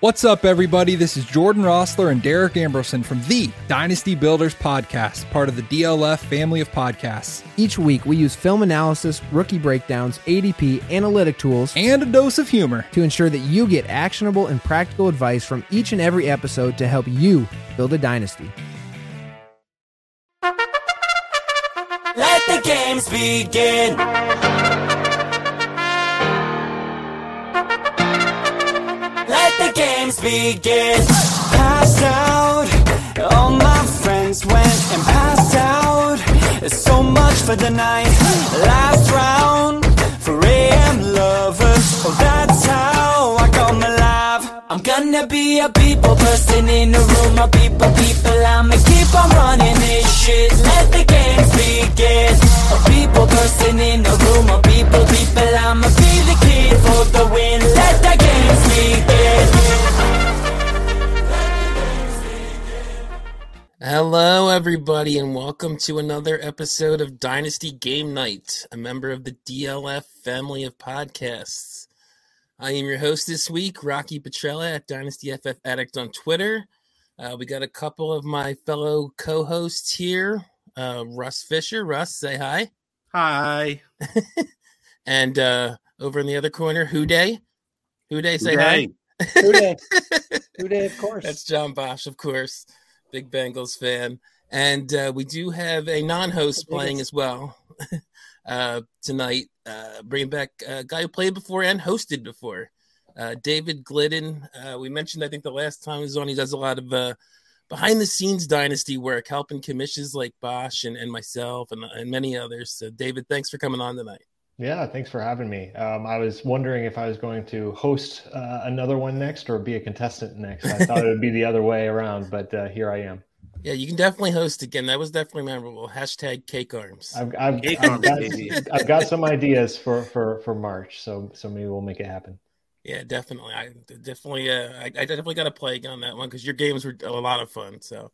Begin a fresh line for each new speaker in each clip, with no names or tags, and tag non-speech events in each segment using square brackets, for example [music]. What's up, everybody? This is Jordan Rossler and Derek Ambrosen from the Dynasty Builders Podcast, part of the DLF family of podcasts,
Each week, we use film analysis, rookie breakdowns, ADP, analytic tools
and a dose of humor.
to ensure that you get actionable and practical advice from each and every episode to help you build a dynasty.
Let the games begin. Let the games begin. Passed out, all my friends went and passed out. So much for the night. Last round for AM lovers. Oh, that's how I come alive. I'm gonna be a people person in a room of people, people. I'ma keep on running this shit. Let the games begin. A people person in a room of people, people. I'ma be the kid for the win. Let the games begin.
Hello, everybody, and welcome to another episode of Dynasty Game Night, a member of the DLF family of podcasts. I am your host this week, Rocky Petrella at Dynasty FF Addict on Twitter. Uh, we got a couple of my fellow co hosts here uh, Russ Fisher. Russ, say hi.
Hi.
[laughs] And uh, over in the other corner, Houday. Houday, say [laughs] hi.
Uday. Uday, of course.
That's John Bosch, of course, big Bengals fan. And uh, we do have a non host playing as well [laughs] uh, tonight, uh, bringing back a guy who played before and hosted before, uh, David Glidden. Uh, we mentioned, I think, the last time he was on, he does a lot of uh, behind the scenes dynasty work, helping commissions like Bosch and, and myself and, and many others. So, David, thanks for coming on tonight.
yeah, thanks for having me. Um, I was wondering if I was going to host uh, another one next or be a contestant next. I thought it would be the other way around, but uh, here I am.
Yeah, you can definitely host again. That was definitely memorable. Hashtag cake arms.
I've, I've,
Cake
I've
on
got,
baby.
I've got some ideas for, for, for March, so so maybe we'll make it happen.
Yeah, definitely. I definitely, uh, I, I definitely got to play again on that one because your games were a lot of fun. So,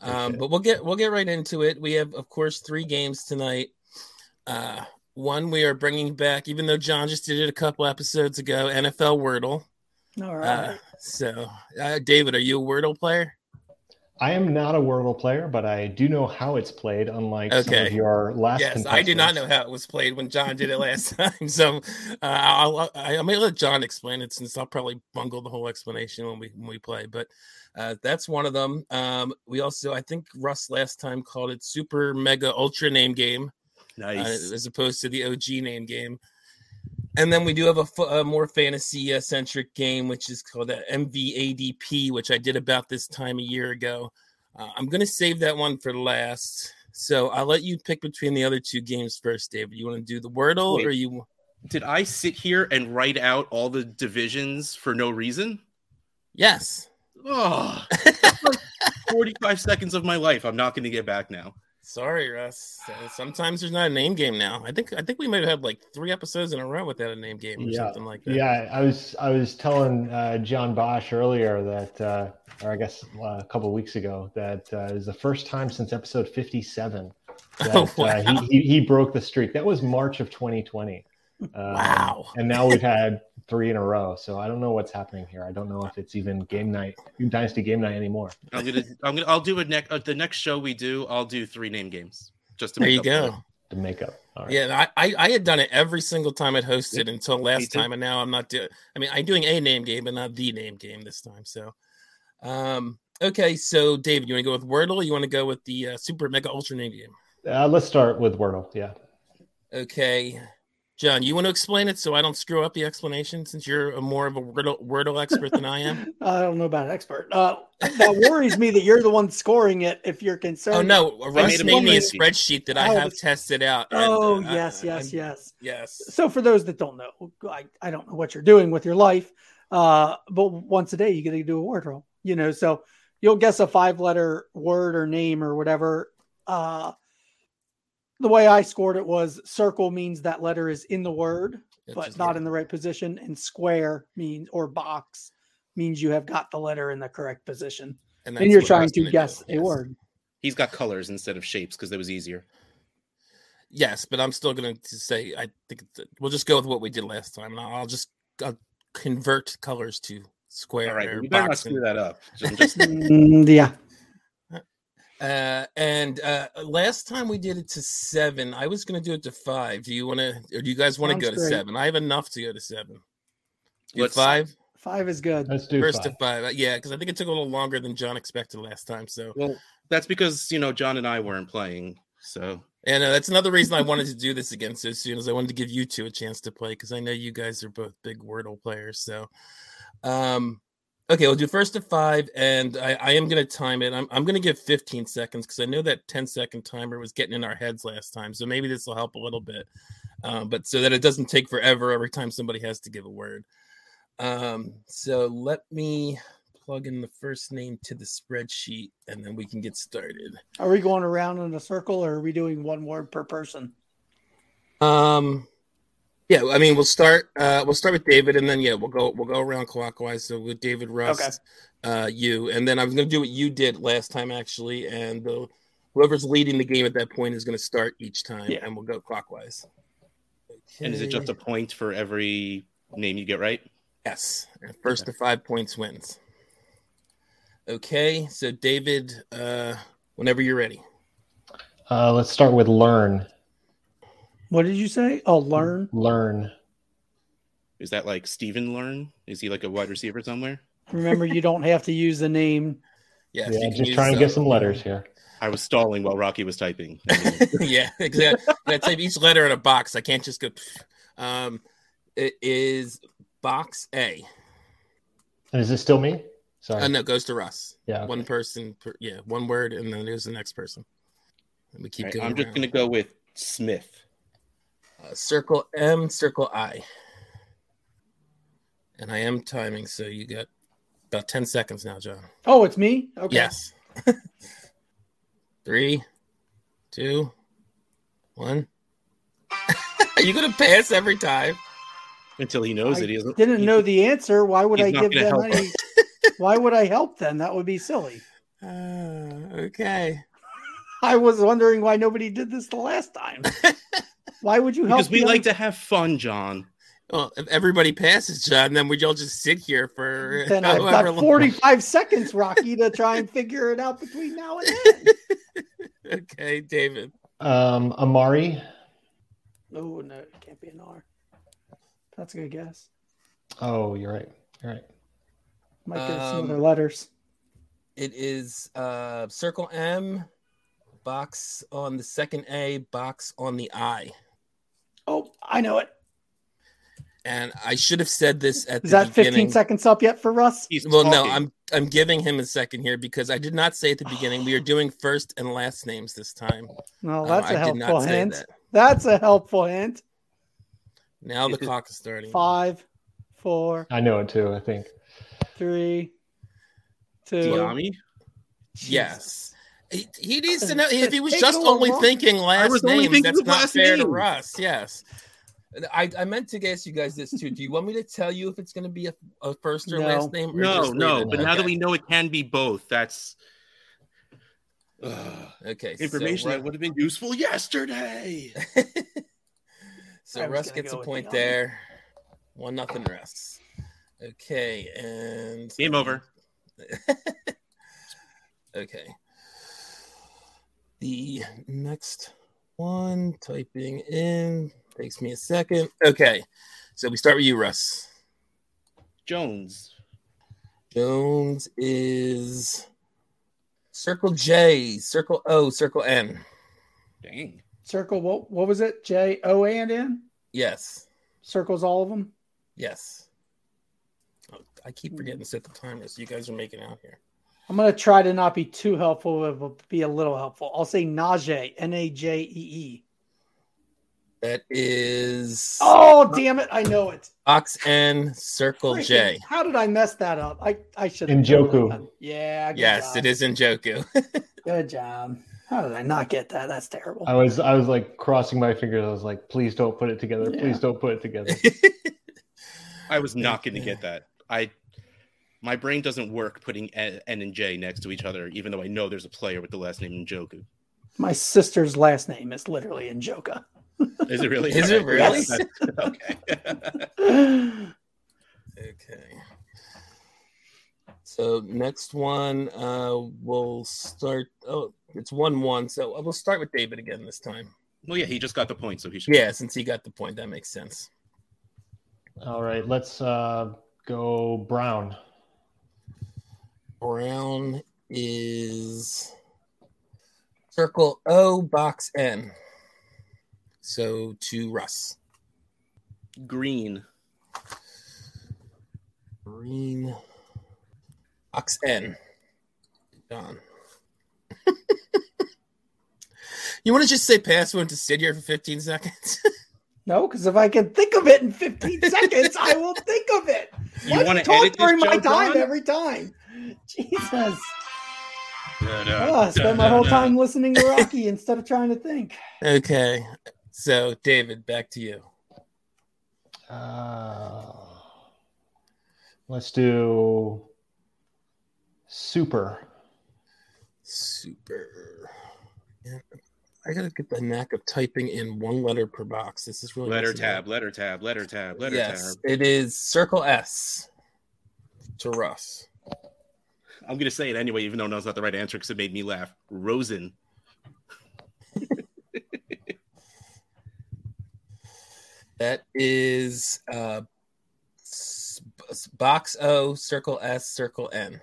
um,
Appreciate it.
but we'll get we'll get right into it. We have, of course, three games tonight. Uh, one we are bringing back, even though John just did it a couple episodes ago. NFL Wordle.
All
Uh, so, uh, David, are you a Wordle player?
I am not a Wordle player, but I do know how it's played. Unlike some
Okay.
of your last,
Yes, I do not know how it was played when John did it last [laughs] time. So, uh, I'll, I, I may let John explain it since I'll probably bungle the whole explanation when we when we play. But uh, that's one of them. Um, we also, I think Russ last time called it Super Mega Ultra Name Game uh,
Nice.
as opposed to the OG Name Game. And then we do have a, fu- a more fantasy uh, centric game, which is called uh, MVADP, which I did about this time a year ago. Uh, I'm going to save that one for last. So I'll let you pick between the other two games first, David. You want to do the Wordle
Wait.
or you?
Did I sit here and write out all the divisions for no reason?
Yes.
Oh,
[laughs]
that's like 45 seconds of my life. I'm not going to get back now.
Sorry, Russ. Uh, Sometimes there's not a name game now. I think I think we might have had like three episodes in a row without a name game or
Yeah.
something like that.
Yeah, I was I was telling uh, John Bosch earlier that, uh, or I guess uh, a couple of weeks ago, that uh, it was the first time since episode fifty-seven
[laughs]
that
Oh,
uh, he, he he broke the streak. That was March of 2020. Um,
Wow.
And now we've had three in a row. So I don't know what's happening here. I don't know if it's even game night, dynasty game night anymore.
I'm going to, I'm going to, I'll do a next, uh, the next show we do, I'll do three name games just to
There
make
you
up for
go.
it.
The makeup. All right.
Yeah, and I, I I had done it every single time I'd hosted until last
too.
time, and now I'm not doing. I mean, I'm doing a name game, but not the name game this time. So, um, okay, so David, you want to go with Wordle? Or you want to go with the uh, Super Mega Ultra name game?
Uh, let's start with Wordle. Yeah.
Okay, John, you want to explain it so I don't screw up the explanation since you're a more of a Wordle, Wordle expert than I
[laughs]
am.
I don't know about
expert. Uh, that worries me that you're the one scoring it if you're concerned.
oh no, Russ
it
made me a
easy.
spreadsheet that I
Oh,
have tested out. and,
Oh,
uh,
yes,
I-
yes,
I'm-
yes.
yes.
So, for those that don't know, I, I don't know what you're doing with your life, uh, but once a day you get to do a word roll, you know. So, you'll guess a five letter word or name or whatever. Uh, the way I scored it was circle means that letter is in the word,
That's
but
just
not
weird.
in the right position, and square means or box means you have got the letter in the correct position,
And,
and
that's
you're
what
trying
Russ
to
gonna do,
guess a
yes.
word. [laughs]
He's got colors instead of shapes because that was easier.
Yes, but I'm still going to say I think it's- we'll just go with what we did last time, and I'll I'll just I'll convert colors to square.
All right,
or
we better not
boxing.
screw that up. Just- just-
Mm, yeah.
Uh, and uh, last time we did it to seven. I was going to do it to five. Do you want to, or do you guys want to
Sounds
go to
great.
seven? I have enough to go to seven. Do
Let's-
five?
Five is good.
Let's do
First
five.
to five. Uh, Yeah, because I think it took a little longer than John expected last time. So,
well, that's because you know John and I weren't playing. So
and uh, that's another reason I wanted to do this again so soon, is I wanted to give you two a chance to play because I know you guys are both big Wordle players. So, um, okay, we'll do first to five, and I, I am going to time it. I'm, I'm going to give 15 seconds because I know that 10 second timer was getting in our heads last time. So maybe this will help a little bit, um, but so that it doesn't take forever every time somebody has to give a word. Um, so let me plug in the first name to the spreadsheet and then we can get started.
Are we going around in a circle or are we doing one word per person?
Um, yeah, I mean, we'll start. Uh, we'll start with David, and then yeah, we'll go. We'll go around clockwise. So with David, Russ,
Okay.
uh, you, and then I was going to do what you did last time actually, and uh, whoever's leading the game at that point is going to start each time,
Yeah.
and we'll go clockwise.
and is it just a
Okay.
point for every name you get right?
yes? and First to five points wins. Okay, so David, uh, whenever you're ready,
Uh, let's start with learn.
What did you say? Oh, learn.
Learn.
Is that like Steven Learn? Is he like a wide receiver somewhere?
Remember, you don't have to use the name.
yes,
yeah,
you can
just
use,
trying to
uh,
get some letters here.
I was stalling while Rocky was typing.
yeah, exactly. I type each letter in a box. I can't just go. Um, it is box A.
Is it still me? Sorry.
Uh, no, it goes to Russ.
yeah.
One person, per, yeah, one word, and then there's the next person. And we [laughs] keep
Alright,
going.
I'm just
around.
gonna go with Smith.
uh, circle M, circle I. And I am timing, so you got about 10 seconds now, John.
Oh, it's me? Okay.
Yes. [laughs] Three, two, one. [laughs] Are you going to pass every time?
Until he knows
I
it, he doesn't.
Didn't
he-
know the answer. Why would
He's
I
not
give
gonna
them
help
any? [laughs] Why would I help them? That would be silly.
Uh, okay.
I was wondering why nobody did this the last
[laughs]
time. Why would you help?
Because we
the
like
other
to have fun, John.
Well, if everybody passes, John, then we'd all just sit here for
[laughs]
[laughs]
Then I've
however
got
long.
45 seconds, Rocky, to try and figure it out between now and then.
[laughs] Okay, David.
Um, Amari.
Oh, no, it can't be an R. That's a good guess.
Oh, you're right. You're right.
Might get some
Um,
other letters.
It is uh, circle M, box on the second A, box on the I.
Oh, I know it.
And I should have said this at
Is
the
that 15
beginning.
seconds up yet for Russ?
He's
Well, no,
talking.
I'm I'm giving him a second here because I did not say at the beginning
[sighs]
we are doing first and last names this time.
No,
Um,
that's a
I did
helpful
not say
hint.
that.
That's a helpful hint.
Now the
It is-
clock is starting.
Five, four,
I know it too. I think.
three, two.
Diami.
Yes. He, he needs to know if he was
Take
just
a little
only
longer.
thinking last
was only
names.
thinking
that's
of
not
last
fair to
names.
Russ. Yes. And I, I meant to guess you guys this too. Do you want me to tell you if it's going to be a, a first or
No.
last name? Or
No,
just leave
no.
it?
But now that
Okay.
we know it can be both, that's Ugh.
okay so
information
Ru-
that would have been useful yesterday.
[laughs] so
I was
Russ
gonna
gets
go
a
with
point
Dion.
there. One nothing Russ. Okay, and
Game over.
okay. The next one typing in takes me a second. Okay. So we start with you, Russ.
Jones.
Jones is circle J, circle O, circle N.
Dang.
Circle, what, what was it? J, O, and N?
Yes.
Circles all of them?
Yes. Oh, I keep forgetting to set the timer, so you guys are making out here.
I'm going to try to not be too helpful, but be a little helpful. I'll say Najee, N A J E E.
That is
Oh, damn it. I know it.
box N, circle
Freaking-
J.
How did I mess that up? I, I should
Njoku.
Yeah. Good
Yes, it
job.
is in Joku. [laughs]
Good job. How did I not get that? That's terrible.
I was I was like crossing my fingers. I was like, please don't put it together.
Yeah.
Please don't put it together.
I was not going to get that. I my brain doesn't work putting N N and J next to each other, even though I know there's a player with the last name Njoku.
My sister's last name is literally Njoka.
Is it really?
Is it
Alright, that's- okay.
okay. So next one, uh, we'll start. Oh, it's one-one. So uh, we'll start with David again this time.
[laughs] Well, yeah, he just got the point, so he should.
Yeah, since he got the point, that makes sense.
All right, let's uh, go Brown.
Brown is circle O, box N. So to Russ.
Green.
Green. Box N. John. [laughs] you want to just say password to sit here for 15 seconds?
[sighs] No, because if I can think of it
[laughs]
in 15 seconds, I will think of it.
You
Why
wanna
do talk
edit this
during my
joke,
time
Ron?
every time? [laughs] Jesus.
No,
Oh, I spend my whole time listening to Rocky instead of trying to think.
okay. So, David, back to you.
Uh, let's do Super.
Super. Yeah. I gotta get the knack of typing in one letter per box. This is really
Letter
messing me
tab,
up.
letter tab, letter tab, letter
yes,
tab.
it is circle S to Russ.
I'm gonna say it anyway, even though no, it's not the right answer because it made me laugh. Rosen.
That is uh, s- s- box O, circle S, circle N.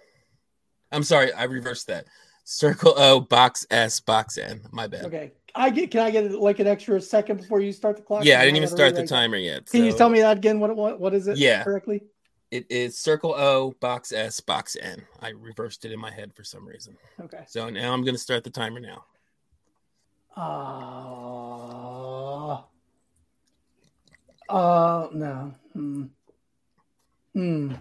I'm sorry, I reversed that. Circle O, box S, box N. My bad.
Okay. I get can I get like an extra second before you start the clock?
Yeah, I didn't even
Whatever,
start the
like-
timer yet.
Can you
so
tell me that again? What what, what is it
Yeah.
correctly?
It is circle O, box S, box N. I reversed it in my head for some reason.
Okay.
So now I'm going to start the timer now.
Uh, uh no. Hmm. Hmm.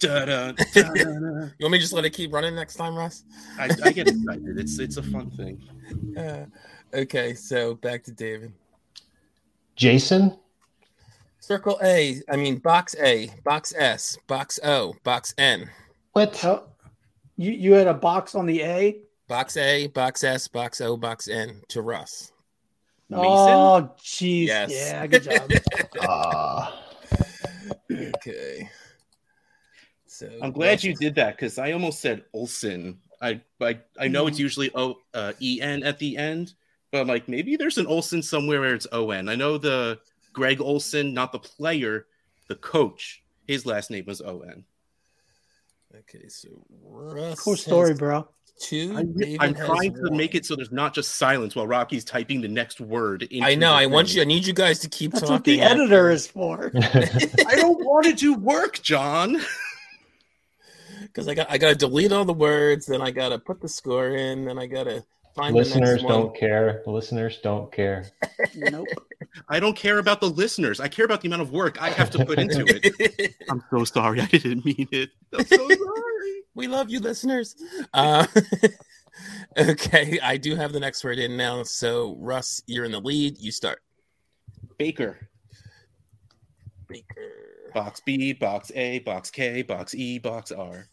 Da-da.
No, no, no, no.
You want me to just let it keep running next time, Russ?
I, I get excited. It's it's a fun thing.
Uh, okay, so back to David.
Jason.
Circle A, I mean, box A, box S, box O, box N.
What? [laughs]
Oh, you you had a box on the A.
Box A, box S, box O, box N to Russ.
Mason?
Oh, jeez.
Yes.
Yeah, good
[laughs]
job.
Uh,
Okay. So
I'm glad you did that because I almost said Olson. I I, I know it's usually O uh, E N at the end, but I'm like maybe there's an Olson somewhere where it's O N. I know the Greg Olson, not the player, the coach. His last name was O N.
Okay, so Russ.
cool
has
story, bro.
Two.
I'm
David
I'm
has
trying to
one.
make it so there's not just silence while Rocky's typing the next word. Into
I know.
the
I want
thing.
you. I need you guys to keep
That's what
talking.
the editor is
[laughs]
for.
I don't want to do work, John.
because I got. I got to delete all the words. Then I got to put the score in. Then I got to find
listeners
the next one.
don't care. The listeners don't care.
nope.
I don't care about the listeners. I care about the amount of work I have to put into it. [laughs] I'm so sorry. I didn't mean it. I'm so sorry.
[laughs]
[laughs]
we love you, listeners. Uh, [laughs] okay, I do have the next word in now. So Russ, you're in the lead. You start.
Baker.
Baker.
Box B, box A, box K, box E, box R.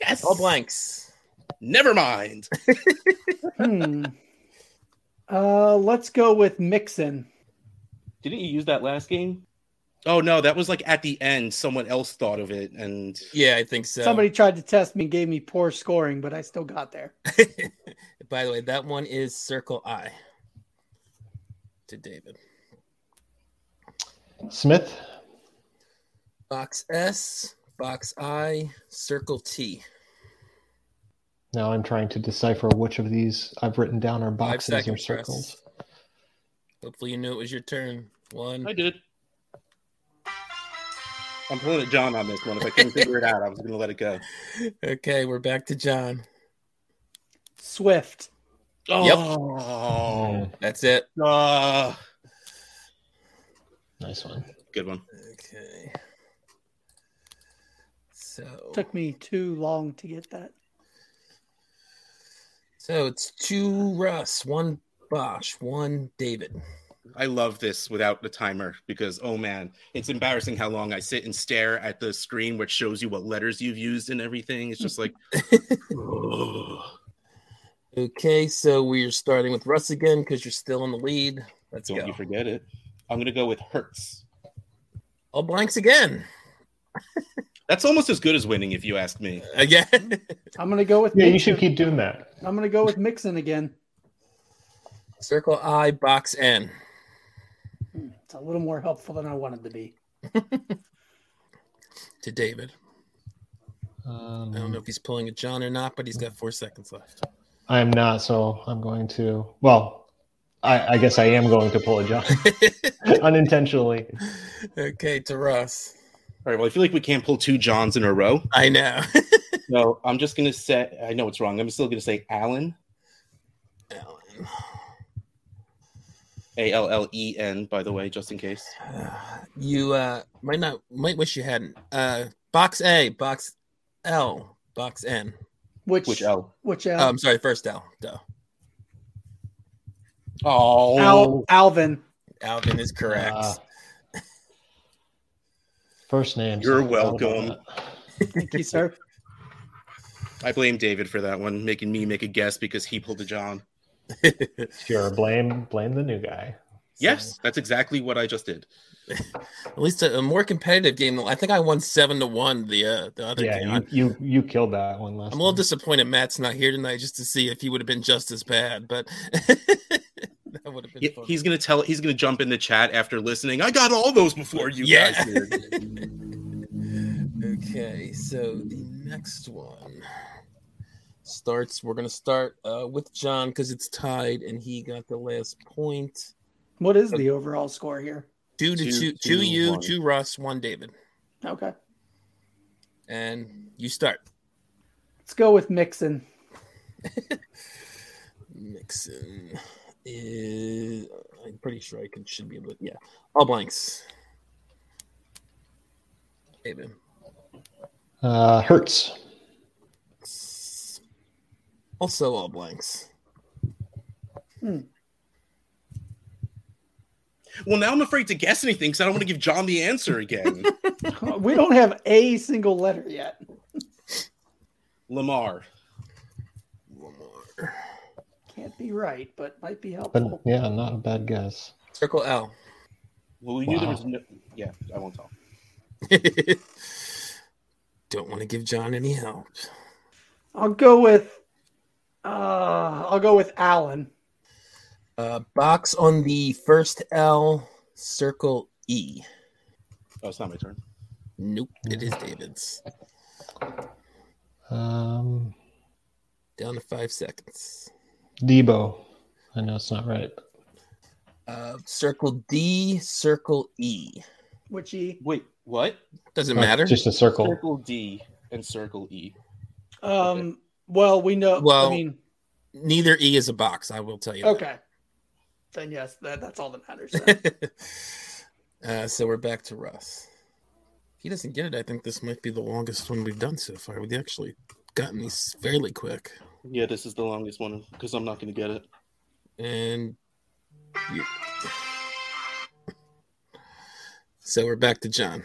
Yes.
All blanks.
Never mind.
Hmm. Uh, let's go with Mixon.
Didn't you use that last game? Oh no, that was like at the end. Someone else thought of it, and
Yeah, I think so.
Somebody tried to test me and gave me poor scoring, but I still got there.
[laughs] By the way, that one is circle I to David.
Smith.
Box S, box I, circle T.
Now I'm trying to decipher which of these I've written down are boxes or
seconds, Chris.
circles.
Hopefully, you knew it was your turn. One.
I did. I'm pulling at John on this one. If I couldn't figure it out, I was gonna let it go.
Okay, we're back to John.
Swift.
Oh,
That's it.
Ah.
Nice one.
good one.
Okay. So,
Took me too long to get that.
so it's two Russ, one Bosch, one David.
I love this without the timer because oh man, it's embarrassing how long I sit and stare at the screen which shows you what letters you've used and everything. It's just like
Okay, so we're starting with Russ again because you're still in the lead. Let's
Don't
go.
you forget it. I'm gonna go with Hertz.
All blanks again.
That's almost as good as winning, if you ask me.
Again,
I'm gonna go with
Yeah, you
Mixon.
should keep doing that.
I'm gonna go with Mixon again.
[laughs] circle I, box N.
It's a little more helpful than I wanted to be.
to David. I don't know
Um,
if he's pulling a John or not, but he's got four seconds [laughs] left.
I'm not, so I'm going to. Well, I, I guess I am going to pull a John [laughs] unintentionally.
okay, to Russ.
All right. Well, I feel like we can't pull two Johns in a row.
I know.
No, I'm just gonna say I know it's wrong. I'm still gonna say Allen,
Alan.
A L L E N, by the way, just in case.
you uh, might not might wish you hadn't. Uh, box A, box L, box N.
Which
Which L?
Which uh,
Oh,
L?
I'm sorry, first L. Duh.
Oh,
Al- Alvin.
Alvin is correct.
Uh, first name.
You're
so I thought about
welcome.
that.
Thank you, sir.
I blame David for that one, making me make a guess because he pulled a John.
Sure. Blame blame the new guy.
Yes, that's exactly what I just did.
At least a, a more competitive game. I think I won seven to one. The uh, the other game.
Yeah, you, you you killed that one last.
I'm a little
time.
disappointed Matt's not here tonight just to see if he would have been just as bad, but [laughs] that would have been
He-
fun.
He's gonna tell. He's gonna jump in the chat after listening. I got all those before you
Yeah.
guys. Did.
Okay, so the next one starts. We're gonna start uh, with John because it's tied, and he got the last point.
What is the overall score here?
Two to
Two,
two, two
two,
you,
one.
two Russ, one David,
Okay.
and you start.
Let's go with Mixon.
Mixon is. I'm pretty sure I can should be able. to- Yeah, all blanks. David.
Uh, Hertz.
Also all blanks.
Well, now I'm afraid to guess anything because I don't want to give John the answer again.
We don't have a single letter yet.
Lamar.
Lamar.
Can't be right, but might be helpful.
But yeah, not a bad guess.
Circle L. [laughs]
Well, we knew there
Wow.
was no. Yeah, I won't tell.
Don't want to give John any help.
I'll go with uh I'll go with Allen.
Uh, box on the first L, circle E.
Oh, it's not my turn.
Nope, it is David's.
Um,
Down to five seconds.
Debo. I know it's not right.
Uh, circle D, circle E.
Which E?
Wait, what?
Doesn't
Uh,
matter.
Just a circle.
Circle D and circle E.
Um well we know
Well-
I mean
Neither E is a box, I will tell you. that.
okay. Then yes, that, that's all that matters.
[laughs]
then.
uh, so we're back to Russ. If he doesn't get it, I think this might be the longest one we've done so far. We've actually gotten these fairly quick.
Yeah, this is the longest one because I'm not going to get it.
And you- so we're back to John.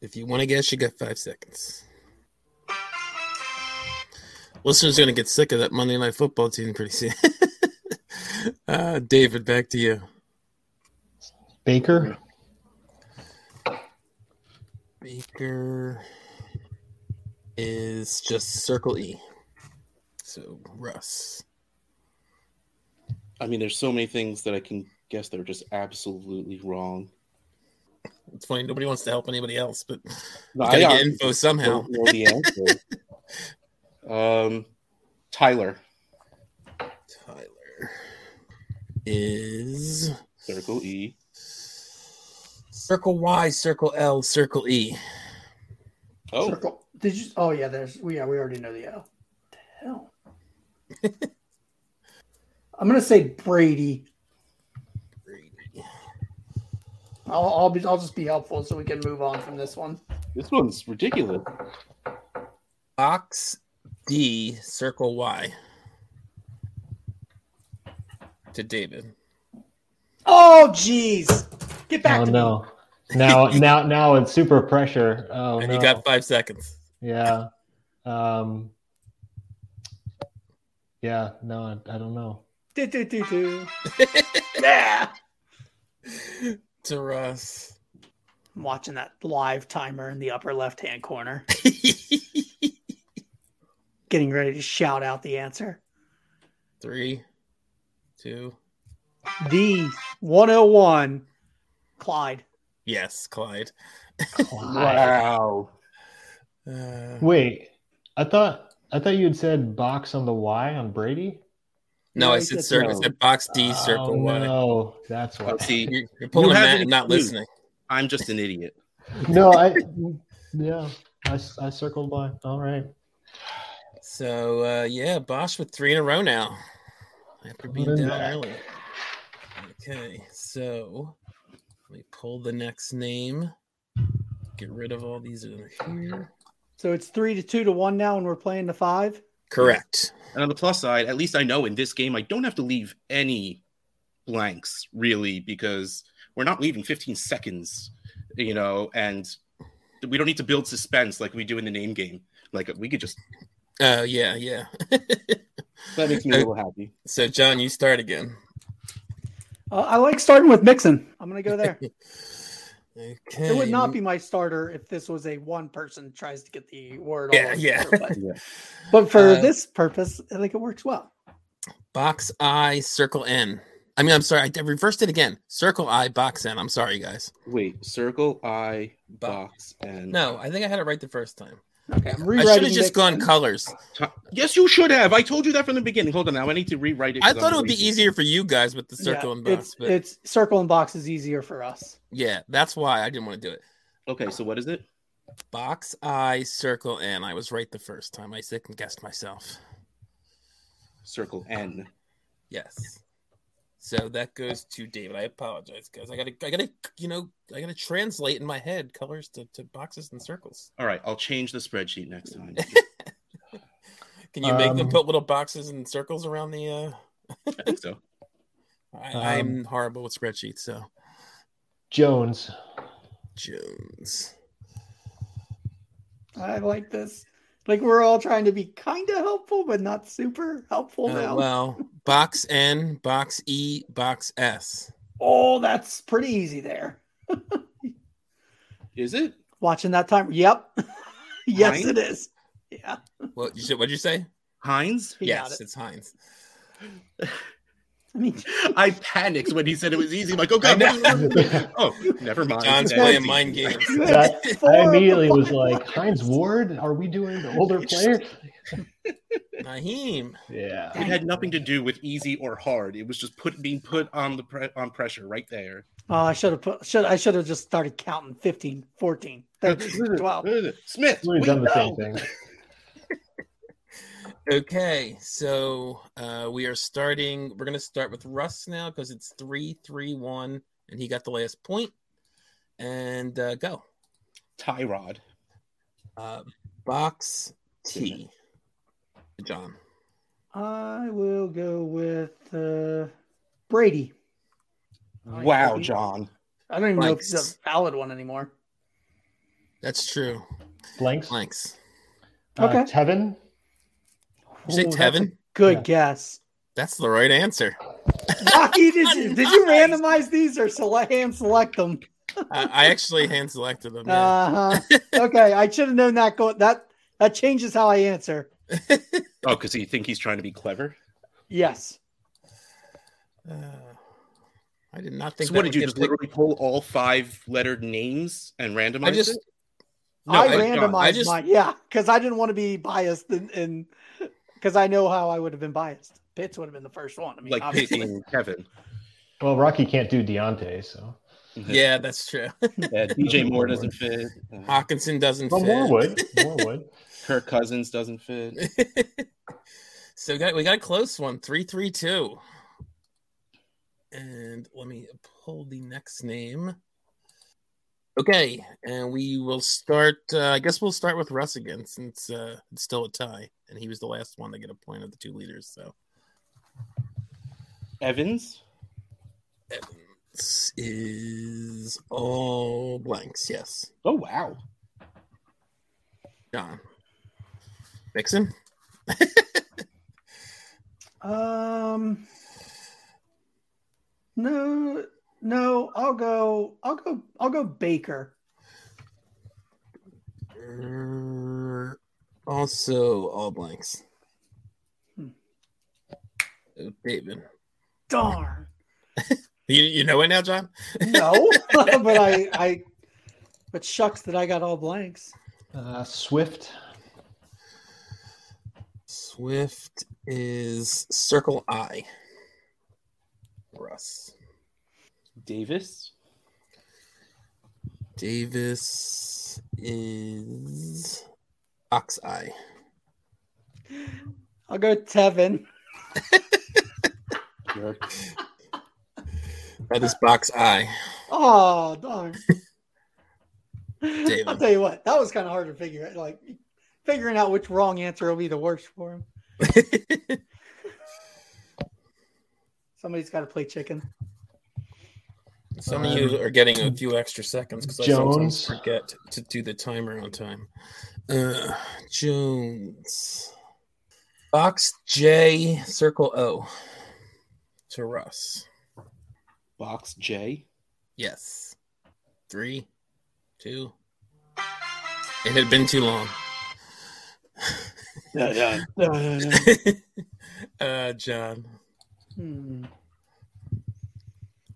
If you want to guess, you got five seconds. Listeners are going to get sick of that Monday Night Football team pretty soon. [laughs] uh, David, back to you.
Baker.
Baker is just circle E. So Russ.
I mean, there's so many things that I can guess that are just absolutely wrong.
It's funny nobody wants to help anybody else, but
No,
gotta
I
get info somehow.
don't know the answer. [laughs] um, Tyler,
Tyler is
circle E.
circle Y, circle L, circle E.
Oh,
Circle. Did you oh yeah, there's we yeah, we already know the L. The hell. [laughs] I'm gonna say Brady. I'll, I'll be I'll just be helpful so we can move on from this one.
this one's ridiculous.
Box D, circle Y. To David.
Oh jeez. Get back
Oh
to me.
no. Now now now it's super pressure. Oh
and
no.
you got five seconds.
yeah. Um. Yeah. No, I, I don't know.
[laughs] Do, do, do, do. yeah.
to Russ. [laughs]
I'm watching that live timer in the upper left hand corner, getting ready to shout out the answer.
Three, two,
The 101, Clyde.
yes, Clyde.
Wow.
Uh,
Wait, I thought I thought you had said box on the Y on Brady.
no, I
Yeah,
said
that's
circle. I
no.
said box D, circle
oh,
Y.
No, that's why.
Well, see,
You're, you're pulling
have
that
an
and not
excuse.
listening.
I'm just an idiot.
no, I yeah, I, s- I circled by. All right,
So uh, yeah, Bosch with three in a row now after being
What is
down
that?
early. Okay, so let me pull the next name. Get rid of all these over here.
So it's three to two to one now, and we're playing the five.
Correct.
And on the plus side, at least I know in this game I don't have to leave any blanks really because we're not leaving 15 seconds, you know, and we don't need to build suspense like we do in the name game. Like we could just
Oh yeah, yeah. [laughs]
[laughs] that makes me a little happy.
so John, you start again.
Uh, I like starting with Mixon. I'm going to go there.
Okay.
It would not be my starter if this was a one person tries to get the word.
Yeah,
all over,
yeah.
[laughs]
But,
Yeah.
but for
Uh,
this purpose, I think it works well.
box I, circle N. I mean, I'm sorry, I d- reversed it again. Circle I, box N. I'm sorry, guys.
Wait, circle, I,
Bo-
box, and
No, I think I had it right the first time.
Okay, I'm
I
rewriting.
should have just gone
Mixon.
colors.
Yes, you should have. I told you that from the beginning. Hold on now. I need to rewrite it.
I
'cause
thought
I'm
it would be
lazy.
easier for you guys with the circle
Yeah,
and box,
It's,
but
it's circle and box is easier for us.
yeah, that's why I didn't want to do it.
Okay, so what is it?
Box I, circle N. I was right the first time. I second guessed myself.
Circle N.
Yes. So that goes to David. I apologize, guys. I gotta, I gotta, you know, I gotta translate in my head colors to, to boxes and circles.
All right, I'll change the spreadsheet next time. [laughs]
Can you make them
Um,
put little boxes and circles around the? uh
I think so.
I,
Um,
I'm horrible with spreadsheets, so
Jones.
Jones.
I like this. Like we're all trying to be kind of helpful, but not super helpful
Oh,
now.
well, box N, box E, box S.
Oh, that's pretty easy there.
Is it?
Watching that time. Yep. [laughs] yes,
Mine?
it is. Yeah.
What you said? What'd you say?
Heinz?
He got
yes,
it.
it's Heinz.
I mean, [laughs]
I panicked when he said it was easy. I'm like, oh god,
I
[laughs]
know.
no, no, no, no. oh, never mind.
John's
That's
playing
easy.
mind games.
you had
That-
four
I
of the
immediately was
five
like,
words.
Heinz Ward. Are we doing the older player?
Naheem.
Yeah.
It had nothing to do with easy or hard. It was just put being put on the pre- on pressure right there.
Oh, I should have put should I should have just started counting 15, [laughs] 14, 13, 12.
Smith,
We've
we
done the
know.
same thing.
Okay, so uh, we are starting. We're gonna start with Russ now because it's three, three, one, and he got the last point. And uh, go.
Tyrod,
Uh, box T. John.
I will go with uh, Brady. I
wow,
think-
John,
I don't even know if it's
Blanks.
a valid one anymore.
That's true.
Blanks.
Blanks.
Okay.
Uh, Tevin.
You say
Ooh, that's a
Tevin?
Good
Yeah.
[laughs] guess.
That's the right answer.
Rocky, did you did you
Nice.
randomize these or select hand select them?
I, I actually hand selected them. yeah.
Uh huh. okay, I should have known that. Go that that changes how I answer.
Oh, because you think he's trying to be clever?
Yes.
Uh, I did not think.
so
that
what did
would
you
get
just
picked.
literally pull all five lettered names and randomize
I just.
it?
No,
I,
I,
randomized
I just-
mine. Yeah, because I didn't want to be biased and because I know how I would have been biased. Pitts would have been the first one. I mean,
Like
obviously.
picking Kevin,
Well, Rocky can't do Deontay, so.
[laughs]
[laughs]
yeah, that's true. [laughs]
Uh, DJ Moore doesn't fit. Uh,
Hawkinson doesn't
Well,
fit.
more would. More would.
Kirk Cousins
[laughs]
doesn't fit.
so we got, we got a close one, three three two. And let me pull the next name. Okay, and we will start. Uh, I guess we'll start with Russ again, since uh, it's still a tie, and he was the last one to get a point of the two leaders. So
Evans,
Evans is all blanks. Yes,
Oh wow.
John Mixon.
um, no, no. I'll go. I'll go. I'll go Baker.
Er, also, all blanks.
Hmm.
Oh, David.
Darn.
You, you know it now, John?
No, [laughs] but I, I, but shucks that I got all blanks.
Uh, Swift.
Swift is circle I. Russ.
Davis.
Davis is ox eye.
I'll go Tevin.
[laughs] That is box eye.
Oh, darn. I'll
David.
tell you what, that was kind of hard to figure out. Like, figuring out which wrong answer will be the worst for him. Somebody's got to play chicken.
Some of you are getting a few extra seconds because I sometimes
Jones.
forget to do the timer on time. Uh, Jones. Box J, circle O to Russ.
Box J.
Yes. Three, two. It had been too long. uh, John.
Hmm.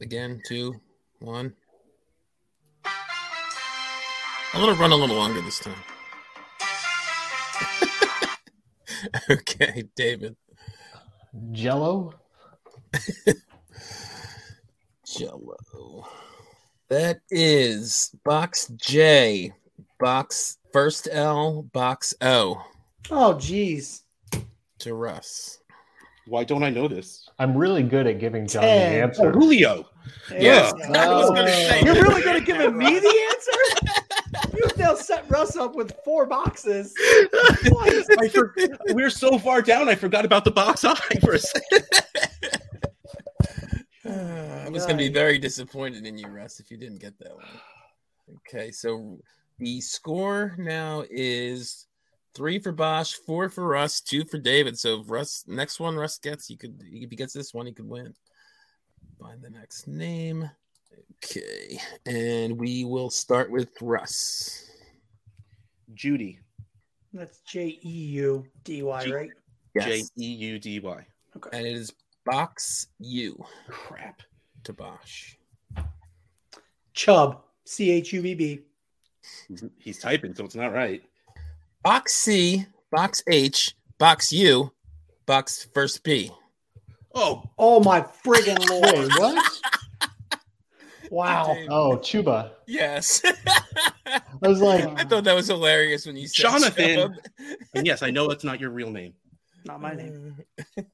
Again, two, one. I'm gonna run a little longer this time. [laughs] okay, David.
Jello.
Jello. That is box J, box first L, box O
Oh, geez.
to Russ.
Why don't I know this?
I'm really good at giving John
Ten. Oh,
the answer.
Oh, Julio.
Yes,
Yeah. Oh.
I was gonna say.
You're really going to give him me the [laughs] answer? You've now set Russ up with four boxes. What?
I for- we're so far down. I forgot about the box eye for a second.
I was going to be very disappointed in you, Russ, if you didn't get that one. Okay, so the score now is three for Bosch, four for Russ, two for David. So if Russ, next one Russ gets, you could if he gets this one, he could win. Find the next name. Okay, and we will start with Russ.
Judy.
That's J E U D Y,
G-
right?
Yes,
J E U D Y.
Okay.
and it is Box U
Crap.
to Bosch.
Chubb, C H U B B.
He's, he's typing, so it's not right.
Box C, Box H, Box U, Box First B.
Oh,
Oh my friggin'
Wait,
lord!
what?
Wow.
David.
Oh, Chuba.
[laughs]
Yes.
I was like,
I thought that was hilarious when you said
Jonathan.
Chubb.
and yes, I know it's not your real name.
Not [laughs] my name.
[laughs]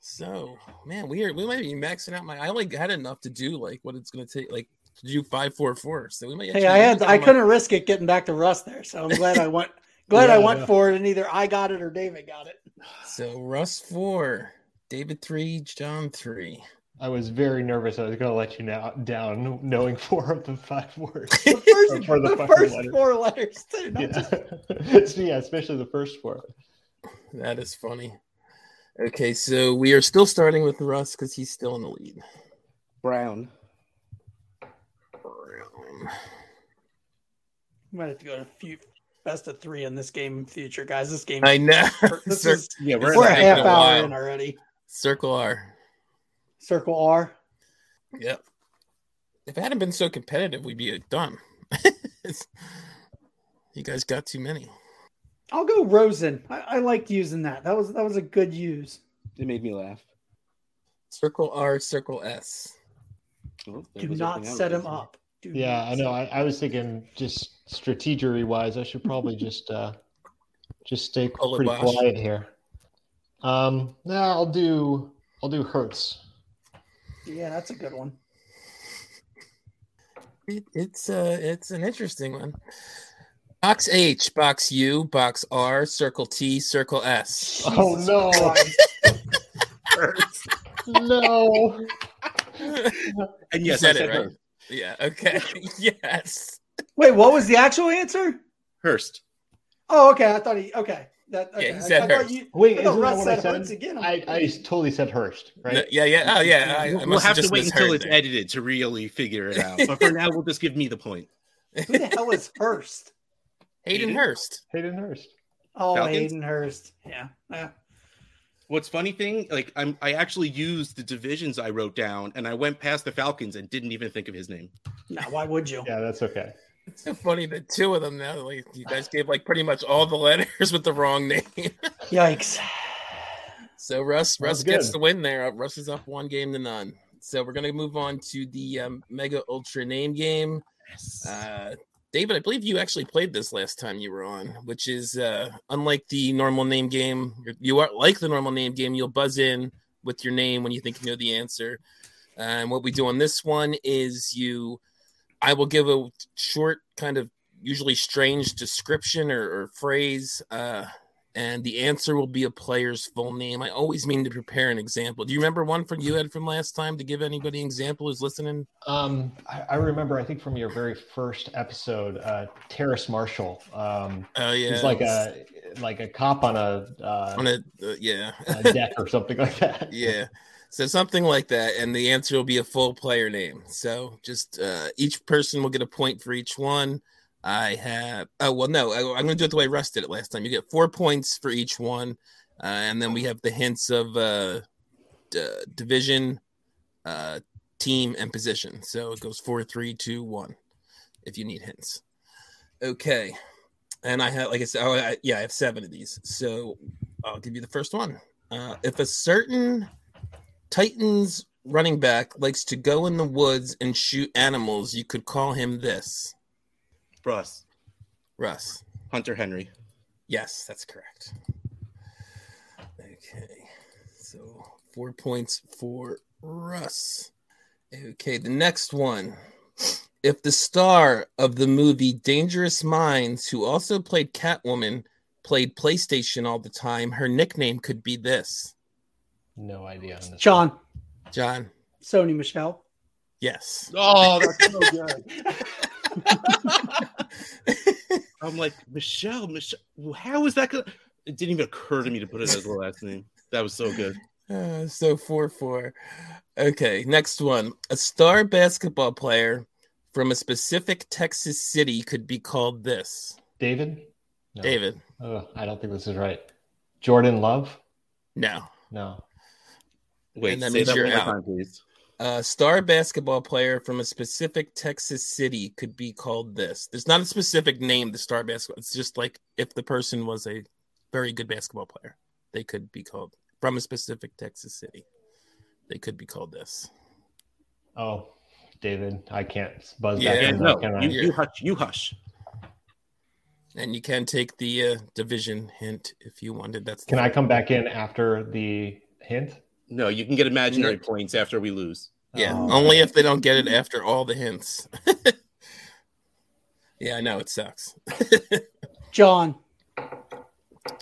So, man, we are we might be maxing out my. I only had enough to do like what it's going to take, like to do five four four. So we might.
Hey, I
actually
had
get
I
my-
couldn't risk it getting back to Russ there, so I'm glad I went glad I
Yeah,
went
yeah.
for it, and either I got it or David got it.
[laughs] So Russ four, David three, John
[laughs]
three. [laughs]
I was very nervous. I was going to let you now, down, knowing [laughs] four of the five words.
[laughs] The first,
For the
the
fucking
first
letter.
four letters too. Not
Yeah.
just,
So, yeah, [laughs] especially the first four.
That is funny. Okay, so we are still starting with Russ because he's still in the lead.
Brown.
Brown.
I might have to go to few, best of three in this game in future, guys. This game
I know. [laughs]
this
Cir-
is,
Yeah,
we're
we're,
in
we're a
that
half
game a
hour
while.
in already.
Circle R.
Circle R.
Yep. If it hadn't been so competitive, we'd be done. [laughs] you guys got too many.
I'll go Rosen. I, I liked using that. That was that was a good use.
It made me laugh.
Circle R, circle S.
Oh, there
Do
goes
not
everything else.
set him up. Do
Yeah,
not
I know. I, I was thinking just strategery wise, I should
[laughs]
probably just uh just stay
Call it
pretty
Bosch.
quiet here. Um, no, I'll do I'll do Hertz.
set- Yeah, that's a good one.
It, it's uh it's an interesting one. Box H, box U, box R, circle T, circle S. [laughs]
[laughs] Oh,
Jesus
no.
Christ.
No,
[laughs] And
You
yes,
said it,
I said
right?
Hurst.
yeah, okay. [laughs] yes.
Wait, what was the actual answer?
Hurst.
Oh, okay. I thought he. Okay, that. Okay.
he
I-
said
I thought
Hurst.
you-
[laughs] wait,
I
isn't
thought
that
Russ
what I
said Hurts
said?
again.
I, I totally said Hurst, right?
No, yeah, yeah. Oh yeah. I, I
we'll
must
have
just
to wait until
misheard
it's
there.
edited to really figure it out. But for now, we'll just give me the point.
Who the hell is Hurst?
Hayden
Hayden?
Hurst.
Hayden Hurst.
Oh,
Falcons?
Hayden Hurst. Yeah. Yeah.
What's funny thing, like I'm, I actually used the divisions I wrote down, and I went past the Falcons and didn't even think of his name.
No, why would you?
Yeah, that's okay.
It's so funny that two of them now, like you guys gave like pretty much all the letters [laughs] with the wrong name.
Yikes.
so Russ, Russ
Sounds good.
gets the win there. Russ is up one game to none. So we're gonna move on to the um, mega ultra name game. Uh, David, I believe you actually played this last time you were on, which is uh, unlike the normal name game. you're- You are like the normal name game. You'll buzz in with your name when you think you know the answer. And what we do on this one is you, I will give a short kind of usually strange description or, or phrase, uh, and the answer will be a player's full name. I always mean to prepare an example. Do you remember one from you had from last time to give anybody an example who's listening?
Um, I, I remember, I think from your very first episode, uh, Terrace Marshall. Um,
Oh yeah,
he's like a like a cop on a, uh,
on a uh, yeah.
a deck or something like that.
yeah so something like that and the answer will be a full player name so just uh, each person will get a point for each one i have oh well no I, i'm gonna do it the way russ did it last time you get four points for each one uh, and then we have the hints of uh, d- division uh, team and position so it goes four three two one if you need hints okay and i have like i said oh, I, yeah i have seven of these so i'll give you the first one uh, if a certain Titans running back likes to go in the woods and shoot animals, you could call him this.
Russ,
Russ.
Hunter Henry.
Yes, that's correct. Okay. So four points for Russ. Okay, the next one. If the star of the movie Dangerous Minds, who also played Catwoman, played PlayStation all the time, her nickname could be this.
No idea on this.
John,
John.
Sony Michelle.
Yes.
Oh, that's so good. [laughs] I'm like Michelle, Michelle. How is that? Gonna... It didn't even occur to me to put it as the last name. That was so good.
Uh, [laughs] so four four. Okay, next one. A star basketball player from a specific Texas city could be called this.
David. No.
David.
Ugh, I don't think this is right. Jordan Love.
No.
No.
Wait,
And that
say
means
that
you're
one more
out.
time, please.
A star basketball player from a specific Texas city could be called this. There's not a specific name. The star basketball. It's just like if the person was a very good basketball player, they could be called from a specific Texas city. They could be called this.
Oh, David. I can't buzz
Yeah,
back
Yeah,
in.
no,
can I?
you, you hush. You hush.
And you can take the uh, division hint if you wanted. That's the
Can I come back in after the hint?
No, you can get imaginary points after we lose.
Yeah,
Oh,
only if they don't get it after all the hints. [laughs] yeah, I know it sucks. [laughs]
John,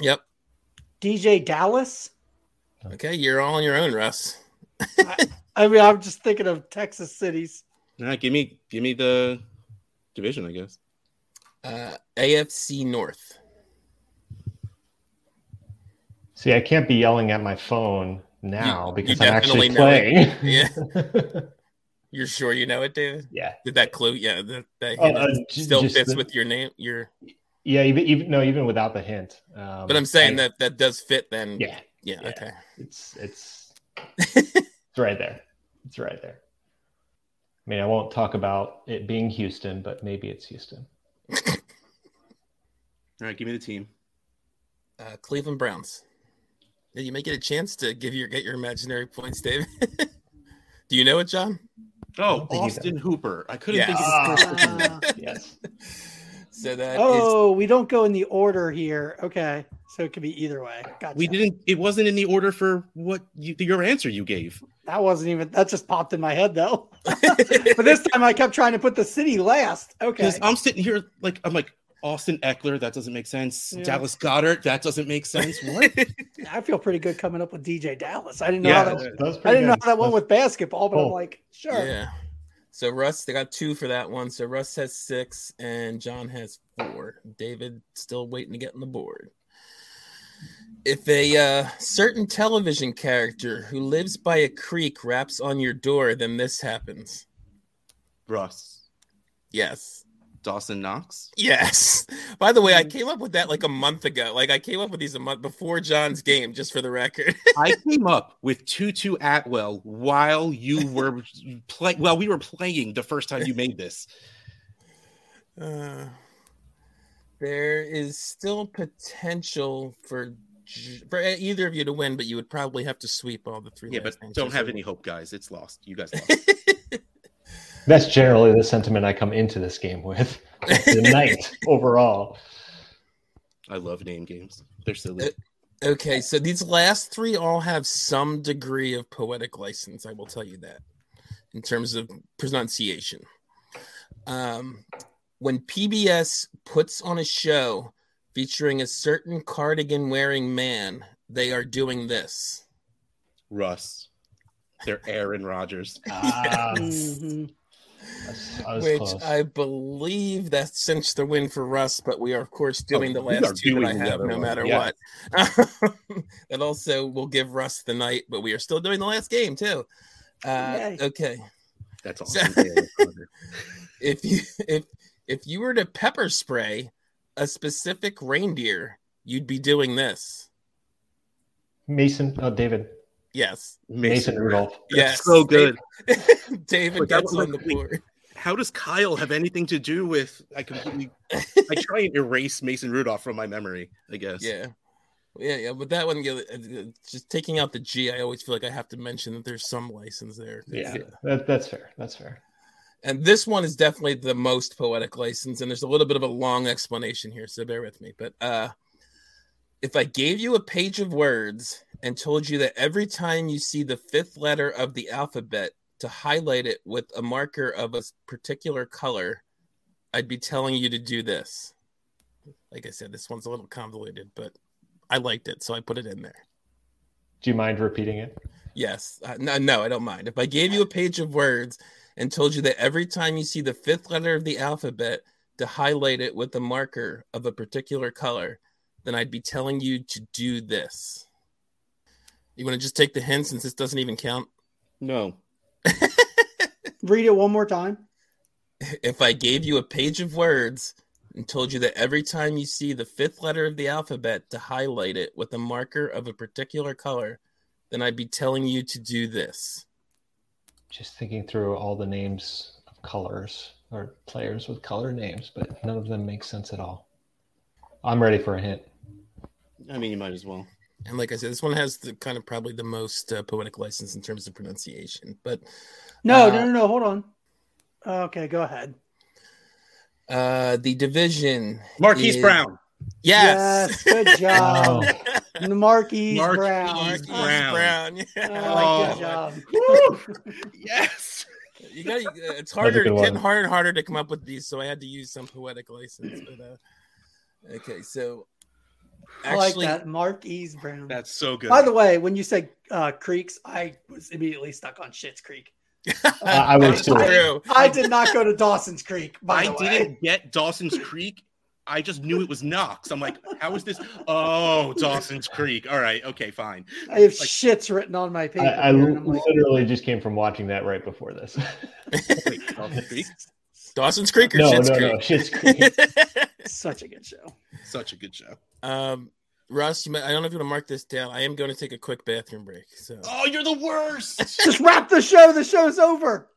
Yep.
DJ Dallas.
Okay, you're all on your own, Russ.
I mean, I'm just thinking of Texas cities.
Nah, give me, give me the division. I guess.
Uh, AFC North.
See, I can't be yelling at my phone now
You-
because
you
I'm actually
definitely
playing.
[laughs] Yeah, you're sure you know it, David? [laughs]
[laughs] yeah.
Did that clue? Yeah, that, that
Oh,
hint
uh,
is-
j-
still
just
fits
the-
with your name. Your,
Yeah, even, even no, even without the hint. Um,
but I'm saying
I-
that that does fit. Then,
Yeah,
yeah,
yeah.
okay.
it's
[laughs]
it's it's right there. It's right there. I mean, I won't talk about it being Houston, but maybe it's Houston.
All right, give me the team.
Uh, Cleveland Browns. Yeah, you may get a chance to give your get your imaginary points, David. [laughs] Do you know it, John?
Oh,
think he's
Austin Hooper. I couldn't
Yeah.
think of his first name.
Uh,
[laughs] Yes.
So that is
oh, [laughs] we don't go in the order here. Okay. So it could be either way. Gotcha.
We didn't. It wasn't in the order for what you, your answer you gave.
That wasn't even, that just popped in my head though. but this time I kept trying to put the city last. Okay.
Because I'm sitting here like I'm like Austin Eckler. That doesn't make sense.
Yeah.
Dallas Goddard. That doesn't make sense.
[laughs]
What?
I feel pretty good coming up with DJ Dallas. I didn't know
Yeah,
how
That
that,
was- that was
I
pretty
didn't know
good.
how that went
That's-
with basketball, but I'm
Cool.
like, sure.
Yeah. So Russ, they got two for that one. So Russ has six, and John has four. David still waiting to get on the board. If a uh, certain television character who lives by a creek raps on your door, then this happens.
Russ.
Yes.
Dawson Knox.
Yes. By the way,
Hmm.
I came up with that like a month ago. Like I came up with these a month before John's game, just for the record.
I came up with Tutu Atwell while you were play while we were playing the first time you made this.
Uh, there is still potential for J- for e, either of you to win, but you would probably have to sweep all the three.
Yeah,
last
but
names
don't
just
have
so-
any hope, guys. It's lost. You guys lost.
That's generally the sentiment I come into this
[laughs]
game with. The [laughs] night overall.
[laughs] I love name games. They're silly.
Okay, so these last three all have some degree of poetic license. I will tell you that in terms of pronunciation. Um, when PBS puts on a show featuring a certain cardigan wearing man, they are doing this.
Russ. They're Aaron Rodgers.
Ah,
Mhm.
I was
Which
close.
I believe that cinched the win for Russ, but we are of course doing
Oh,
the
we are
last two that I
doing the
have,
other
no
one,
matter
yeah.
what. [laughs] that also will give Russ the night, but we are still doing the last game too. Uh,
Yay.
okay,
[laughs] That's
So-
awesome. Aaron Rodgers.
if you [laughs] if if you were to pepper spray a specific reindeer, you'd be doing this.
Mason, oh, David.
Yes, [laughs]
Mason Rudolph.
That's
yes,
so good.
David
Wait, that
gets
was-
on the board.
How does Kyle have anything to do with? I completely. I try and erase Mason Rudolph from my memory. I guess.
Yeah. Yeah, yeah, but that one, yeah, uh, just taking out the G, I always feel like I have to mention that there's some license there.
Yeah.
That, that's fair. That's fair.
And this one is definitely the most poetic license, and there's a little bit of a long explanation here, so bear with me. But uh, if I gave you a page of words and told you that every time you see the fifth letter of the alphabet, to highlight it with a marker of a particular color, I'd be telling you to do this. Like I said, this one's a little convoluted, but I liked it, so I put it in there.
Do you mind repeating it?
Yes. Uh, no, no, I don't mind. If I gave you a page of words and told you that every time you see the fifth letter of the alphabet, to highlight it with a marker of a particular color, then I'd be telling you to do this. You want to just take the hint since this doesn't even count? [laughs]
No.
Read it one more time.
If I gave you a page of words and told you that every time you see the fifth letter of the alphabet, to highlight it with a marker of a particular color, then I'd be telling you to do this.
Just thinking through all the names of colors or players with color names, but none of them make sense at all. I'm ready for a hint.
I mean, you might as well.
And like I said, this one has the kind of probably the most uh, poetic license in terms of pronunciation. But
No,
Uh,
no, no, no. Hold on. Okay, go ahead.
uh the division,
Marquise
Yeah.
Brown.
yes, [laughs]
Yes, good job. [laughs]
[laughs] Wow.
Marquise,
Marquise
Brown.
Marquise
Brown.
Brown.
Oh,
Yeah.
good job.
[laughs] yes.
you got it's harder,
good
it's getting
one.
harder and harder to come up with these, so I had to use some poetic license. But uh, okay, so
I like
actually, [laughs]
that. Marquise Brown.
That's so good.
By the way, when you said uh, creeks, I was immediately stuck on Shit's Creek.
I- I
that's
was too.
true.
I did not go to Dawson's Creek. By
I
the way.
didn't get Dawson's Creek. I just knew it was Knox. I'm like, how is this? Oh, Dawson's Creek. All right. Okay, fine.
I have
Like-
shits written on my paper.
I, I
here, and I'm like,
literally just came from watching that right before this. [laughs]
Wait, Dawson's Creek?
Dawson's Creek or
no,
Schitt's
no, no, [laughs]
Creek?
[laughs]
Shit's Creek.
such a good show.
Such a good show.
[laughs] um, Russ, you might, I don't know if you want to mark this down. I am going to take a quick bathroom break. So
Oh, you're the worst.
Just wrap the show. The show's over.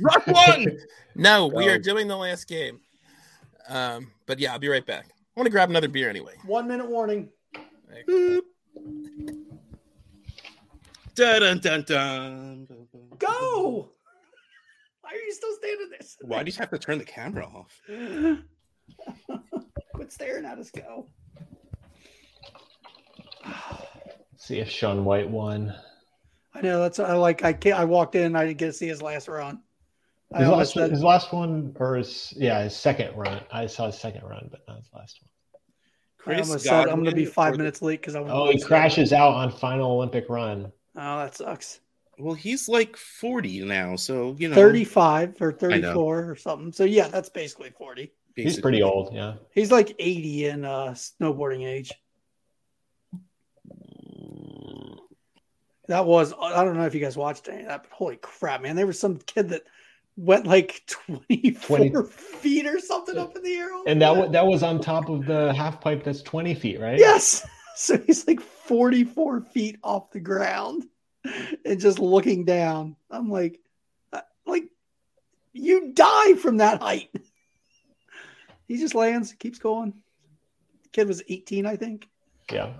Rock one.
No, we
Go.
are doing the last game. Um, but yeah, I'll be right back. I want to grab another beer anyway.
One minute warning.
Dun, dun, dun, dun.
Go. Why are you still standing there?
Why do you have to turn the camera off?
[laughs] Quit staring at us. Go.
See if Sean White won.
I know that's I like. I can't. I walked in. I didn't get to see his last run. I
His
almost
last,
said,
his last one, or his yeah, his second run. I saw his second run, but not his last one.
I
Chris
almost said I'm going to be
Godwin
five
or the-
minutes late because I.
Oh, he crashes out on final Olympic run.
Oh, that sucks.
Well, he's like 40 now, so you know.
35 or
know.
34 or something. So yeah, that's basically 40.
He's pretty
basically.
old. Yeah,
He's like 80 in uh, snowboarding age. That was I don't know if you guys watched any of that, but holy crap, man! There was some kid that went like [laughs] 24
20.
feet or something up in the air. Oh, over
And that
there.
wa- that was on top of the half pipe that's 20 feet, right?
Yes. [laughs] So he's like 44 feet off the ground and just looking down. I'm like, uh, like, you die from that height. [laughs] He just lands, keeps going. kid was 18, I think.
Yeah.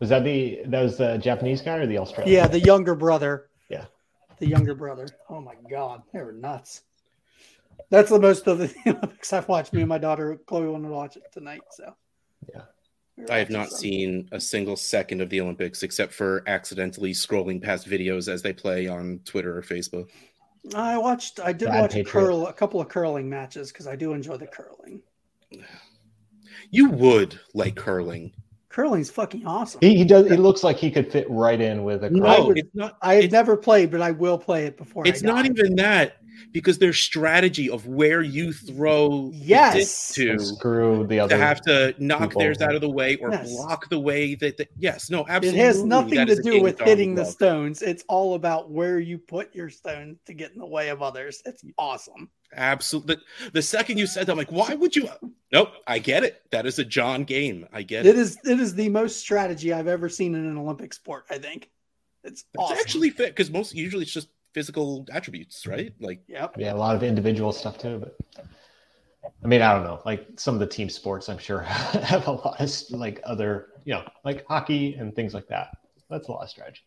Was that the that was the Japanese guy or the Australian?
Yeah, the younger brother.
Yeah.
The younger brother. Oh my God. They were nuts. That's the most of the [laughs] Olympics I've watched. Me and my daughter, Chloe, want to watch it tonight. So,
Yeah.
We were
I have
watching
not
some.
seen a single second of the Olympics except for accidentally scrolling past videos as they play on Twitter or Facebook.
I watched. I did
Bad
watch a
patriot.
curl, a couple of curling matches because I do enjoy the curling.
You would like curling.
Curling's fucking awesome.
He, he does. He looks like he could fit right in with a.
I
No,
crowd.
would-
Oh, it's not.
I have
it's-
never played, but I will play it before. I
It's not
die.
even that because their strategy of where you throw the
Yes.
disc to
screw the
to
other.
have to knock
people.
theirs out of the way or
Yes.
block the way that the, yes no
It
absolutely
has nothing
That
to
is a
do
game
with
that I
hitting the
love.
stones. It's all about where you put your stone to get in the way of others. It's awesome.
absolutely the, the second you said that i'm like why would you nope i get it that is a john game i get
It
it
is. It is the most strategy I've ever seen in an Olympic sport. I think it's
it's
awesome.
actually fit because most usually it's just physical attributes right like
Yep.
Yeah, a lot of individual stuff too, but. I mean, I don't know. Like some of the team sports, I'm sure [laughs] have a lot of like other, you know, like hockey and things like that. That's a lot of strategy.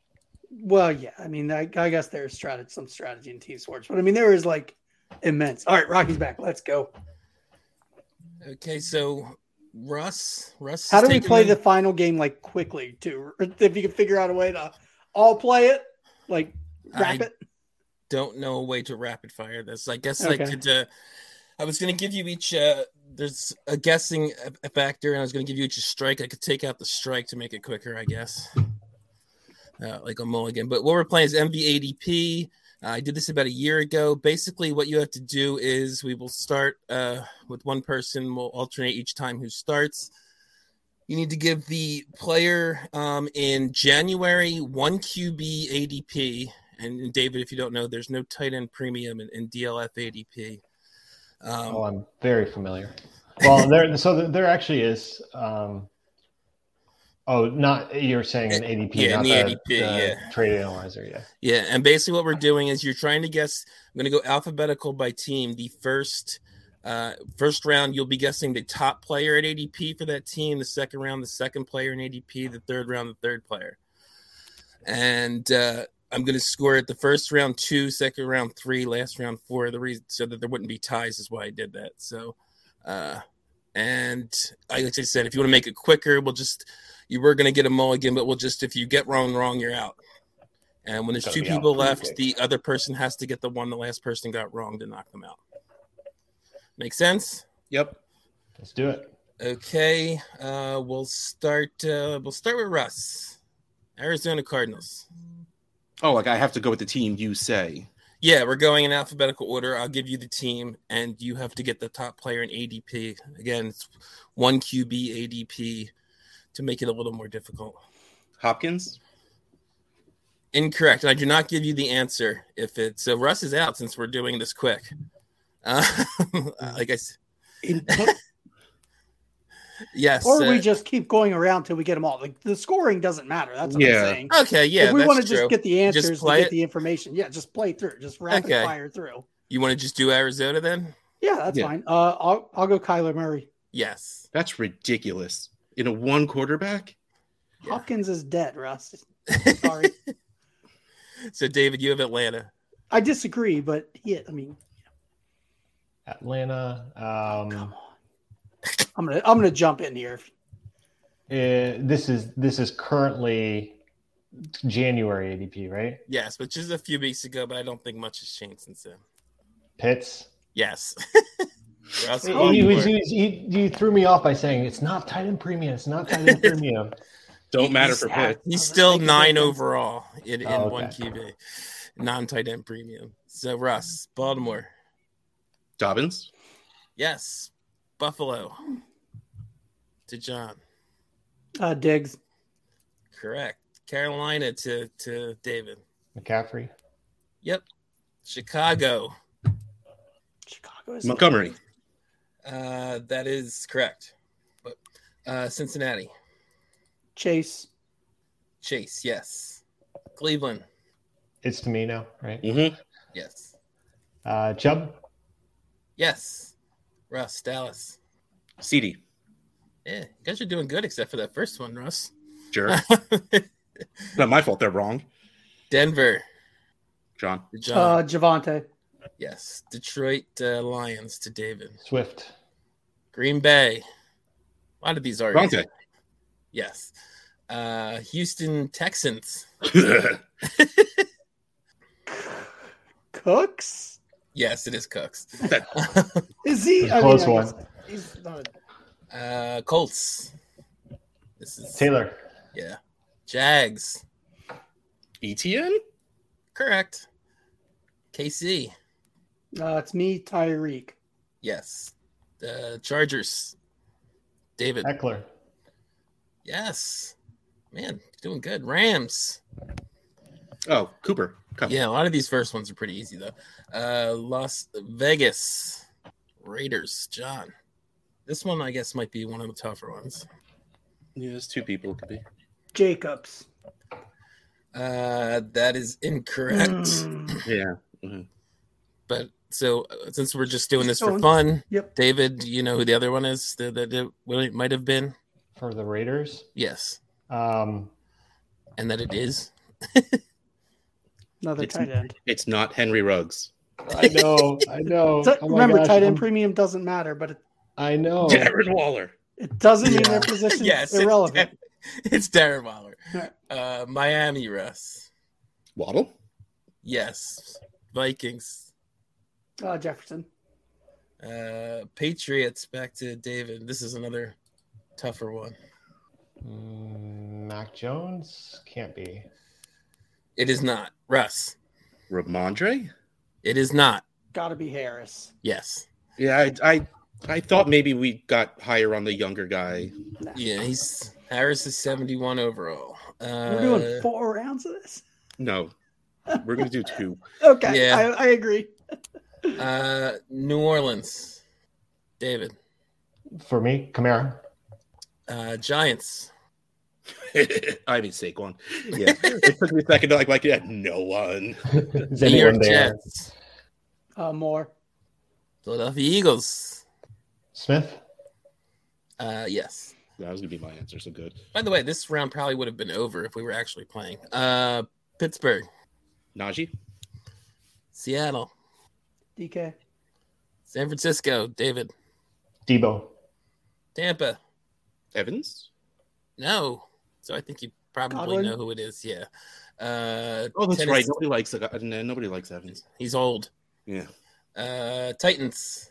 Well, yeah. I mean, I, I guess there's strategy, some strategy in team sports, but I mean, there is like immense. All right, Rocky's back. Let's go.
Okay, so Russ, Russ.
How
is
do we
taking
play the final game like quickly too? If you can figure out a way to all play it, like wrap
I-
[laughs]
it.
don't know a way to rapid fire this. I guess I
Okay.
could. Uh, I was going to give you each. Uh, there's a guessing a- a factor, and I was going to give you each a strike. I could take out the strike to make it quicker, I guess. Uh, like a mulligan. But what we're playing is MVADP. Uh, I did this about a year ago. Basically, what you have to do is we will start uh, with one person. We'll alternate each time who starts. You need to give the player um, in January one QB ADP and, and David, if you don't know, there's no tight end premium in, in DLF ADP. Um,
Oh, I'm very familiar. Well, there, so there- there actually is. Um, oh, not you're saying an ADP,
Yeah, in
not the,
the
the
ADP, yeah.
trade analyzer. Yeah,
yeah, and basically what we're doing is you're trying to guess. I'm going to go alphabetical by team. The first uh, first round, you'll be guessing the top player at ADP for that team. The second round, the second player in ADP. The third round, the third player. And uh, I'm going to score at the first round two, second round three, last round four. The reason so that there wouldn't be ties is why I did that. So, uh, and I, like I said, if you want to make it quicker, we'll just you were going to get a mulligan, but we'll just if you get wrong, wrong, you're out. And when there's
Gotta
two
be out
people
pretty
left,
quick.
the other person has to get the one the last person got wrong to knock them out. Make sense?
yep
let's do it.
Okay, uh, we'll start. Uh, we'll start with Russ, Arizona Cardinals.
oh like i have to go with the team you say
Yeah, we're going in alphabetical order. I'll give you the team, and you have to get the top player in ADP. Again, it's one QB ADP to make it a little more difficult.
hopkins
Incorrect. And I do not give you the answer if it's so. Russ is out since we're doing this quick. [laughs] Uh, like I said, yes.
Or
uh,
we just keep going around till we get them all. Like the scoring doesn't matter. That's what
Yeah.
I'm saying.
okay. Uh, Yeah,
if we
that's
want to
true.
just get the
Just
answers, we
play
get
it?
the information. Yeah, just play through. Just rapid
Okay.
fire through.
you want to just do Arizona then?
Yeah, that's
Yeah.
fine. Uh, I'll I'll go Kyler Murray.
Yes.
that's ridiculous in a one quarterback
Yeah.
Hopkins is
[laughs]
dead, Russ. Sorry,
So David, you have Atlanta.
I disagree, but yeah, I mean,
Atlanta.
come
Um,
on. I'm gonna I'm gonna jump in here.
eh, this is this is currently January ADP, right?
Yes, which is a few weeks ago, but I don't think much has changed since then.
Pitts.
Yes. [laughs] Russ,
He,
go
he was,
for
he,
it.
was- he, he threw me off by saying it's not tight end premium. It's not tight end premium. [laughs]
don't matter
he's
for
out.
Pitt.
He's
I was
still
thinking
nine
about that.
overall in, in
Oh, okay.
one QB, non tight end premium. So Russ, Baltimore.
dobbins
Yes, Buffalo. To John.
Uh, Diggs.
Correct. Carolina to to David.
McCaffrey.
Yep. Chicago
Chicago is [laughs]
Montgomery.
Uh, that is correct. But uh, Cincinnati,
Chase.
Chase, yes. Cleveland,
It's to me now, right?
Mm-hmm.
yes.
Uh, Chubb,
Yes. Russ, Dallas.
CD.
Yeah, you guys are doing good except for that first one, Russ.
Sure.
[laughs]
Not my fault. They're wrong.
[laughs] Denver,
John.
to
Uh,
John.
Javante.
yes. Detroit uh, Lions to David.
Swift,
Green Bay. A lot of these are
Bronte. [laughs]
Yes. Uh, Houston Texans.
Cooks?
Yes, it is Cooks.
Is he?
It's a close
I
one.
guess He's not a-
[laughs] Uh, Colts. This is
Taylor,
yeah. Jags.
ETN?
Correct. KC.
uh, it's me, Tyreek.
Yes. Uh, Chargers. David.
Eckler,
Yes. Man, doing good. Rams.
Oh, Cooper. Cup.
Yeah, a lot of these first ones are pretty easy though. Uh Las Vegas. Raiders. John. This one I guess might be one of the tougher ones.
Yeah, there's two people. It could be.
Jacobs.
Uh that is incorrect.
Mm.
Yeah.
But so uh, since we're just doing this for
Going.
fun,
Yep.
David, you know who the other one is that that- that- what it might have been?
for the Raiders.
Yes.
Um,
And that it is. [laughs]
Another
It's-
tight end.
It's not Henry Ruggs.
I
[laughs]
know, I know.
So-
Oh my
remember,
gosh,
tight end
I'm-
premium doesn't matter, but it,
I know.
Oh.
Darren Waller.
it doesn't
[laughs]
mean their
Yeah.
position
yes.
is
it's
irrelevant.
Dar- It's Darren Waller.
Right.
Uh Miami Russ.
Waddle?
Yes. Vikings.
Uh, Jefferson.
Uh, Patriots back to David. This is another tougher one.
Mm, Mac Jones can't be.
It is not Russ.
Ramondre?
It is not.
Gotta be Harris.
Yes.
Yeah, I, I I thought maybe we got higher on the younger guy.
Nah.
Yeah, he's Harris is 71 overall. Uh,
We're doing four rounds of this.
No. We're gonna do [laughs] two.
Okay,
Yeah.
I, I agree.
uh, New Orleans, David.
For me, Kamara.
Uh, Giants.
I mean Saquon. Yeah. it took me a second to like like yeah, no one.
Is
New York
anyone there?
Jets.
Uh, Moore.
Philadelphia Eagles.
Smith,
Uh, yes.
That was gonna be my answer, so good.
By the way, this round probably would have been over if we were actually playing. Uh, Pittsburgh,
Najee?
Seattle,
DK.
San Francisco, David,
Debo,
Tampa,
Evans?
No. So I think you probably
Godwin?
know who it is. Yeah. Uh,
Oh, that's
Tennessee-
right. Nobody likes the guy. no, nobody likes Evans.
He's old.
Yeah.
Uh, Titans.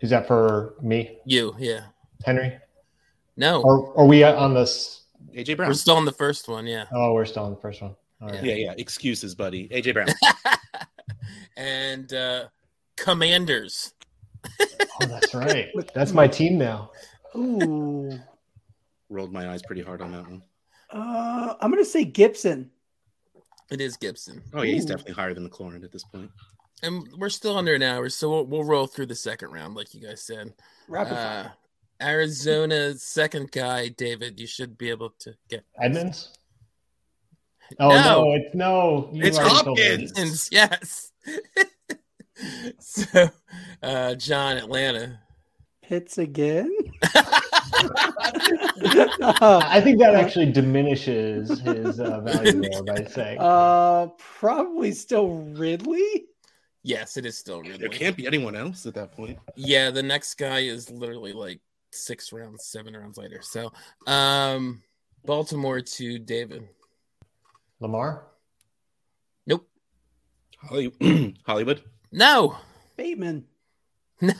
is that for me?
You. Yeah.
Henry,
No.
or are we on this?
AJ Brown.
We're still on the first one. Yeah. [laughs]
Oh, we're still on the first one. All right.
yeah, yeah. Excuses, buddy. AJ [laughs] Brown.
and uh, Commanders.
Oh, that's
[laughs]
right. That's my team now.
Ooh. [laughs]
Rolled my eyes pretty hard on that one.
uh, I'm gonna say Gibson.
It is Gibson.
Oh yeah, he's
Ooh.
definitely higher than McLaurin at this point.
And we're still under an hour. So we'll, we'll roll through the second round, like you guys said.
Rapid
Uh,
fire.
Arizona's second guy, David, you should be able to get.
Edmonds. Oh no,
No.
it's no. you
It's
already told me.
Hopkins.
Hopkins, [laughs] Yes. so, uh, John, Atlanta.
Pitts again.
[laughs]
[laughs] Uh,
I think that actually diminishes his uh, value there by saying
[laughs] uh, probably still Ridley.
Yes, it is still
There
Ridley.
can't be anyone else at that point.
Yeah, the next guy is literally like six rounds, seven rounds later. So, um, Baltimore to David.
Lamar.
Nope.
Holly- [clears throat] Hollywood.
No. [laughs]
Bateman.
No.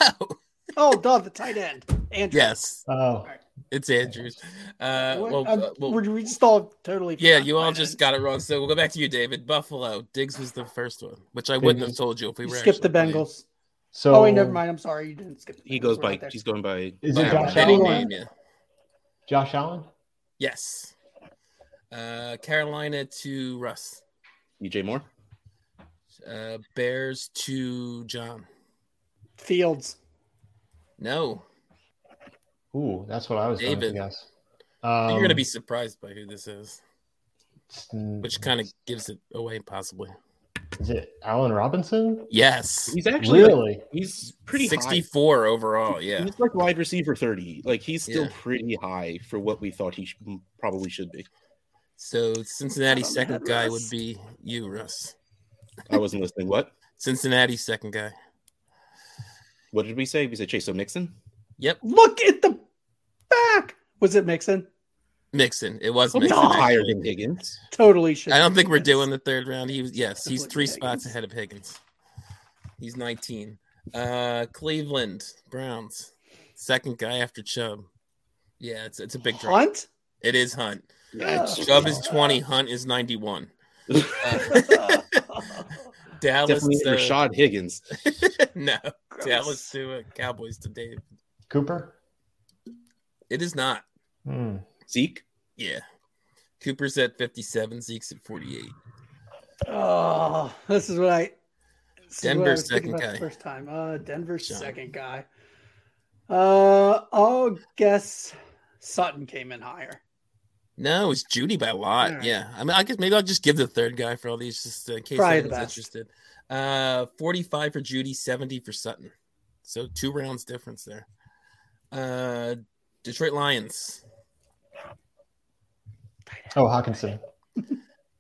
Oh, duh, the tight end. Andrew.
Yes,
Oh,
it's Andrews. Uh,
What?
well,
I'm-
uh, well,
we're- we just all totally.
yeah,
forgot
you all
tight
just
end.
got it wrong. So we'll go back to you, David. Buffalo. Diggs was the first one, which I wouldn't have told you if we
You
were
skipped the
actually playing.
Bengals.
so
oh wait, never mind. I'm sorry, you didn't skip. The
He
Bengals.
goes
We're
by.
not there.
He's going by.
Is
By
it
our
Josh
main
Allen?
name, yeah.
Josh Allen.
Yes. Uh, Carolina to Russ.
EJ E Moore.
Uh, Bears to John.
Fields.
No,
Ooh, that's what I was going to
David.
guess. Um,
you're gonna be surprised by who this is,
it's-
which kind of gives it away, possibly.
is it Alan Robinson?
Yes,
He's actually like,
really?
he's pretty high.
64 overall. Yeah,
He's like wide receiver 30. Like he's still
Yeah.
pretty high for what we thought he sh- probably should be.
so Cincinnati's
Son of a
second guy would
Russ.
be you, Russ.
I wasn't listening. What?
Cincinnati's second guy.
What did we say? We said Chase Mixon.
Yep,
Look at the back. Was it Mixon?
Mixon. It
Oh,
was
He's
Mixon.
higher
actually.
than Higgins.
Totally should.
I don't think we're doing the third round. He was yes, he's
Look at
three
Higgins.
spots ahead of Higgins. He's 19. Uh Cleveland Browns. Second guy after Chubb. Yeah, it's it's a big drop. [laughs]
Hunt. [laughs]
It is Hunt.
Yeah.
Chubb is 20, Hunt is 91.
[laughs]
Uh, [laughs] Dallas
Definitely
uh,
Rashad Higgins.
[laughs] No.
Gross.
Dallas to uh, Cowboys to Dave.
Cooper?
It is not.
Hmm.
Zeke.
Yeah. Cooper's at 57, Zeke's at 48.
Oh, this is what I. this is what I
Denver's
was thinking
second
about the
guy.
First time. Uh, Denver's
John.
second guy. Uh, I'll guess Sutton came in higher.
No, it's Judy by a lot.
All right.
Yeah, I mean, I guess maybe I'll just give the third guy for all these, just uh, in case
Probably the
anyone's
best.
interested. Uh, forty-five for Judy, seventy for Sutton. So two rounds difference there. Uh, Detroit Lions.
Oh, Hawkinson.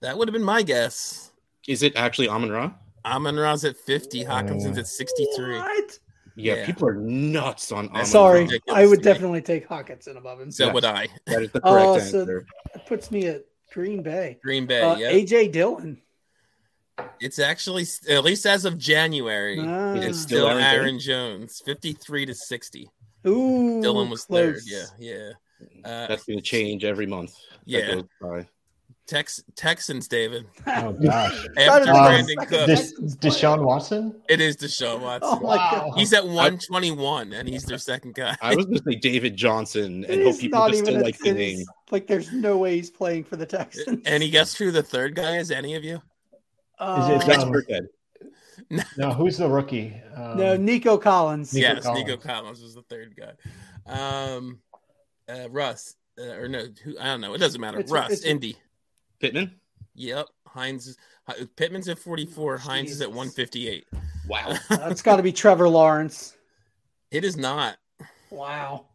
That would have been my guess.
Is it actually Amon Ra?
Amon Ra's at fifty. Hawkinson's at sixty-three.
What?
Yeah,
Yeah.
people are nuts on Amon.
Sorry,
Ra.
ridiculous
I would
to me.
definitely take Hawkinson above him.
So
Yes.
would I.
That is the correct
Oh, so-
answer.
That puts me at Green Bay.
Green Bay.
Uh,
yeah,
AJ Dillon.
it's actually at least as of January.
Ah.
It's
Still
still
Aaron Jones?
Aaron Jones, fifty-three to sixty.
Ooh,
Dylan was third.
Mm, close.
Yeah, yeah. Uh,
That's going to change every month. that
Yeah.
goes by.
Tex- Texans, David.
[laughs]
[laughs]
Oh, gosh.
After
Um,
Brandon Cook,
Des- Deshaun Watson?
it is Deshaun
Oh
Watson.
my god.
He's at 121, and he's their second guy.
I was going to say David Johnson and hope
He's
people
not
just
even
still
a-
like the
he's-
name.
Like, there's no way he's playing for the Texans.
Any guess who the third guy is? Any of you?
Uh,
Is it-
Next
Um,
birthday.
No, who's the rookie? Um,
no, Nico Collins.
Nico
yes,
Collins.
Nico Collins was the third guy. Um, uh, Russ, uh, or no, who? I don't know. It doesn't matter.
It's-
Russ,
it's-
Indy.
Pittman?
Yep. Heinz. is- Hi- Pittman's at 44. Heinz is at
Jesus.
158.
Wow.
That's got to be Trevor Lawrence.
It is not.
Wow.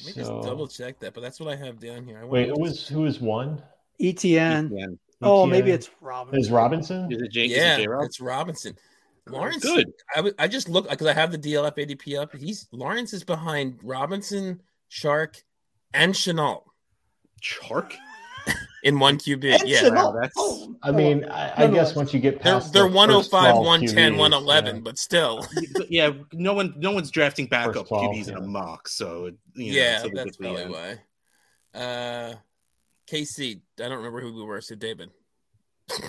Let me just
so-
double check that, but that's what I have down here. I wanna-
Wait, who was who was one? E
ETN.
Yeah.
E Oh, maybe
ETN?
it's Robin.
is Robinson.
Is it J- is it
Yeah,
J-Rob? Oh,
it's Robinson. Lawrence
Good.
I would- I just look because I have the DLF ADP up. He's Lawrence is behind Robinson, Shark, and Chenault
Chark?
in one QB.
And
yeah,
Chenault.
wow, that's-
Oh,
I mean, I, I
no, no,
guess
it's-
once you get
they're
past,
they're
the
105,
first
110,
12
111,
QBs,
but still,
yeah, no one, no one's drafting backup
First ball,
QBs in a
yeah.
mock, so
[laughs]
you know,
yeah,
so we
that's
get the
probably
end.
why. Uh, KC, I don't remember who we were. So David,
yeah.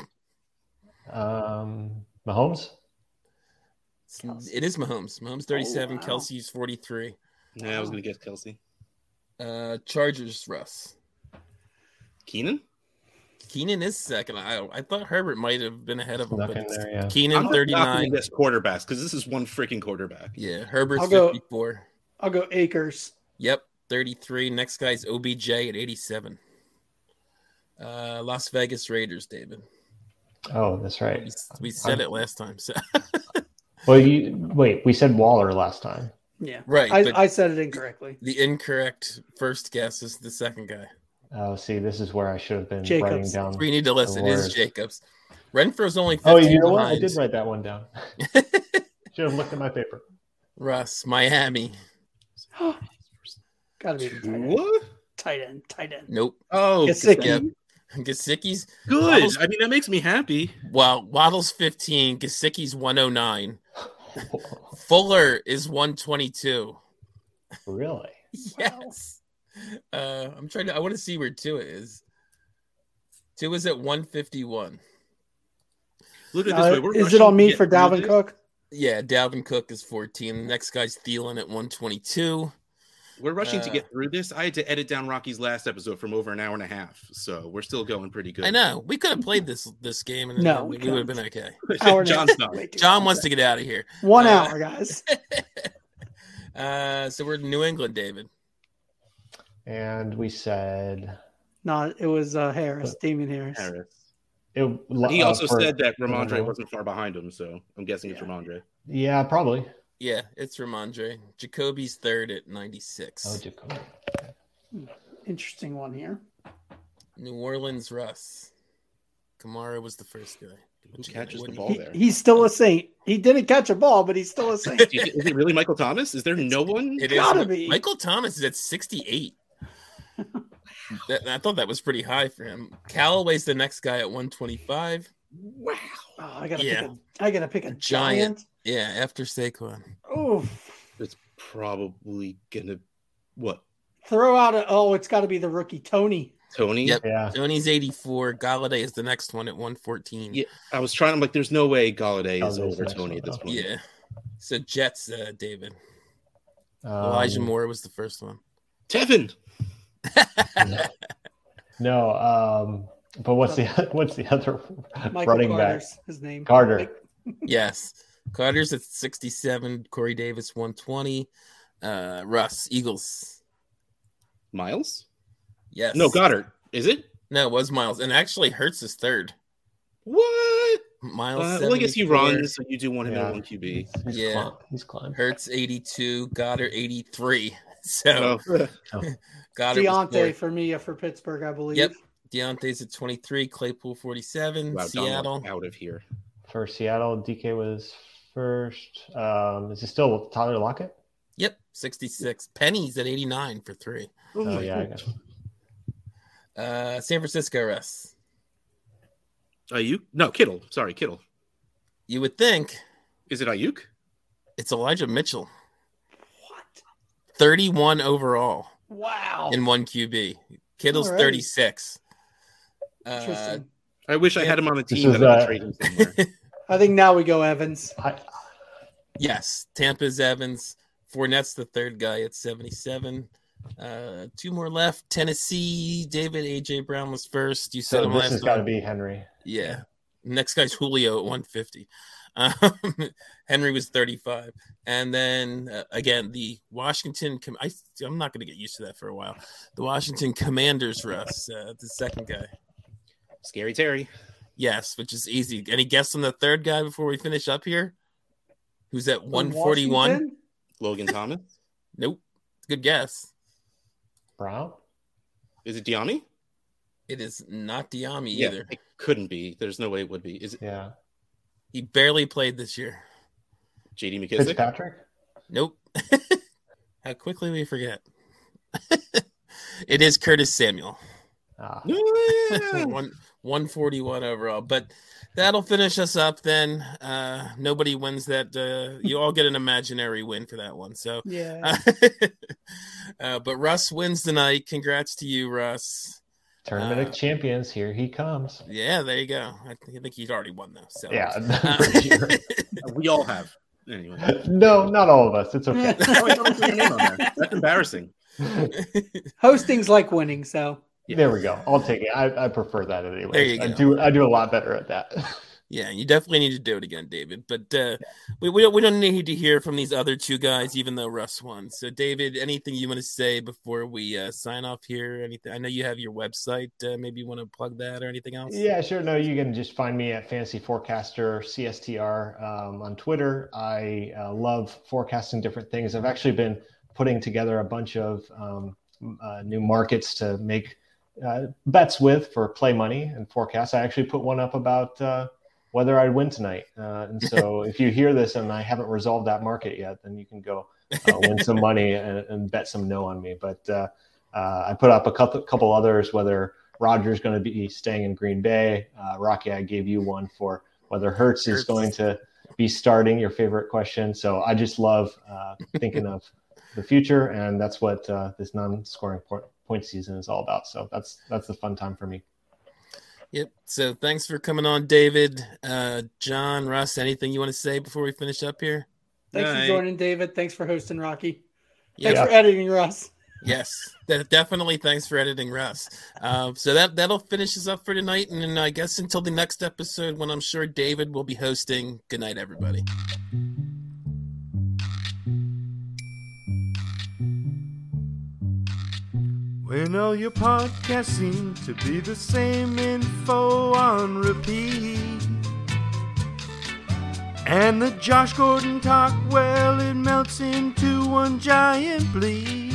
Um, Mahomes.
Kelsey. Oh,
it is Mahomes. Mahomes 37,
wow.
Kelsey's 43.
Yeah, I was gonna guess Kelsey,
Uh, Chargers, Russ.
Keenan.
Keenan is second. I I thought Herbert might have been ahead of him,
Snuck
but
in there, yeah.
I'm
Keenan
not gonna
39.
guess quarterbacks because this is one freaking quarterback.
Yeah, Herbert's
I'll go-
54.
I'll go Akers.
Yep, 33. Next guy's OBJ at 87. Uh, Las Vegas Raiders, David.
Oh, that's
We,
right.
we said
I'm-
it last time.
[laughs]
So [laughs]
Well, you wait. We said Waller last time.
Yeah.
right,
I,
but
I said it [gasps] incorrectly.
the incorrect first guess is the second guy.
Oh, see, this is where I should have been writing
Jacobs.
down.
We need to listen. It is
Lord.
Jacobs. Renfro's only 15
Oh, you know what? I
behind.
did write that one down. should have looked at my paper. [laughs]
Russ, Miami.
Got to be the tight end.
What?
Tight end. Tight end.
Nope.
Oh,
Gesicki.
Gesicki.
Gasicki's
good.
Waddle's-
I mean, that makes me happy.
well, Waddle's 15, Gasicki's 109. Fuller is 122.
really?
Yes. Uh, I'm trying to. I want to see where Tua is. Two is at 151.
Look at it this way.
Uh,
We're
is
rushing
it on
to
me
get
for
through
Dalvin
this.
Cook?
Yeah, Dalvin Cook is 14. The next guy's Thielen at 122.
We're rushing to
Uh.
get through this. I had to edit down Rocky's last episode from over an hour and a half, so we're still going pretty good.
I
[laughs]
know we could have played this this game and
No,
we,
we
would have been okay.
Hour and a
John's
half.
not.
Wait, dude.
John wants to get out of here.
[laughs] one
uh,
hour, guys.
Uh, so we're in New England, David.
And we said
No, it was uh, Harris, Damien Harris. [laughs]
Harris.
it.
He
uh,
also
for-
said that Ramondre
Ramondre.
wasn't far behind him, so I'm guessing it's
Yeah.
Ramondre.
Yeah, probably.
Yeah, it's Ramondre. Jacoby's third at ninety six.
Oh, Jacoby.
Interesting one here.
New Orleans Russ. Kamara was the first guy.
Who catches the
Wouldn't-
ball
He-
there?
he's still a saint. He didn't catch a ball, but he's still a
[laughs]
saint.
Do you think- Is it really Michael Thomas? Is there no one?
It
Gotta
Mi-
be.
Michael Thomas is at
[laughs]
68. That- I thought that was pretty high for him. Callaway's the next guy at 125.
Wow.
Oh, I gotta
Yeah.
pick a, I gotta pick a
Giant.
giant.
Yeah, after Saquon.
Oh,
It's probably gonna what?
throw out a oh, it's got to be the rookie Tony.
Tony?
Yep.
Yeah.
Tony's 84. Galladay is the next one at 114.
Yeah. I was trying. I'm like, there's no way Galladay is
Galladay's
over
the next
Tony
one
at this
up.
point.
Yeah. So Jets, uh, David.
Um,
Elijah Moore was the first one.
Tevin.
No. Um, but what's the [laughs] what's the other
Michael
running
Carter's his name.
back? Carter.
yes. Carter's at 67. Corey Davis, 120. Uh, Russ, Eagles.
Miles?
Yes.
No, Goddard. Is it?
No, it was Miles. And actually, Hurts is third.
What?
Miles.
Uh, well, I guess he
74.
runs, so you do want him
Yeah.
at one QB.
He's, he's
Yeah.
climbed. He's climbed.
Hertz 82, Goddard 83. [laughs] So
Oh, ugh.
Goddard was
Deontay
fourth.
for me uh, for Pittsburgh, I believe.
Yep. Deontay's at 23, Claypool 47,
wow, Seattle.
Seattle.
out of here.
For Seattle, DK was first. Um, is it still Tyler Lockett?
Yep, 66. Penny's at 89 for three.
Oh,
Oh
my
yeah, I
God.
guess.
Uh, San Francisco, Russ.
Ayuk? No, Kittle. Sorry, Kittle.
You would think
Is it Ayuk?
it's Elijah Mitchell,
What?
31 overall
Wow.
in one QB. Kittle's
Oh. All right.
36. Uh,
Interesting.
I wish I
Yeah.
had him on the
This
team
is,
that I
uh,
could trade him somewhere.
[laughs]
I think now we go Evans.
I,
yes, Tampa's Evans. Fournette's the third guy at 77. Uh, two more left. Tennessee, David A.J. Brown was first. You said
so
him
this
last
has
time.
got to be Henry.
Yeah. Next guy's Julio at 150. Um, [laughs] Henry was 35. And then uh, again, the Washington, com- I, I'm not going to get used to that for a while. The Washington Commanders Russ, uh, the second guy.
Scary Terry.
Yes, which is easy. Any guess on the third guy before we finish up here? Who's at 141?
Washington?
Logan Thomas.
Nope. Good guess.
Brown.
Is it Diami?
It is not Diami either.
It couldn't be. There's no way it would be. Is it
Yeah.
He barely played this year.
JD McKissick?
Fitzpatrick.
Nope. [laughs] How quickly we forget. [laughs] it is Curtis Samuel. [laughs]
Ah,
Yeah.
One, 141 overall. But that'll finish us up then. Uh, nobody wins that. Uh, you all get an imaginary win for that one. So, [laughs]
Yeah. [laughs]
uh, but Russ wins tonight. Congrats to you, Russ.
tournament
Uh,
of champions. Here he comes.
Yeah, there you go. I, think I think he's already won though. So [laughs]
Yeah. [laughs]
Uh,
pretty sure.
we all have. Anyway.
no, not all of us. It's okay.
[laughs]
Oh, [laughs] I don't see your name on there. That's embarrassing.
Hosting's like winning, so
There we go. I'll take it. I, I prefer that anyway.
There you
I
go.
do. I do a lot better at that. [laughs]
Yeah, you definitely need to do it again, David. But uh, we we don't, we don't need to hear from these other two guys, even though Russ won. So, David, anything you want to say before we uh, sign off here? Anything? I know you have your website. Uh, maybe you want to plug that or anything else.
yeah, sure. No, you can just find me at Fantasy Forecaster CSTR um, on Twitter. I uh, love forecasting different things. I've actually been putting together a bunch of um, m- uh, new markets to make uh, bets with for play money and forecasts. I actually put one up about uh, whether I'd win tonight. Uh, and so if you hear this and I haven't resolved that market yet, then you can go uh, win some money and, and bet some no on me. But uh, uh, I put up a couple, couple others, whether Rogers going to be staying in Green Bay. Uh, Rocky, I gave you one for whether Hertz is
Hurts.
going to be starting your favorite question. So I just love uh, thinking of the future, and that's what uh, this non-scoring po- point season is all about. So that's that's the fun time for me.
Yep. So, thanks for coming on, David, uh, John, Russ. Anything you want to say before we finish up here?
thanks
Night.
for joining, David. Thanks for hosting, Rocky. Thanks for editing, Russ.
Yes, de- definitely. Thanks for editing, Russ. Um, so that that'll finish us up for tonight, and then I guess until the next episode, when I'm sure David will be hosting. Good night, everybody.
When all your podcasts seem to be the same info on repeat. And the Josh Gordon talk, well, it melts into one giant bleed.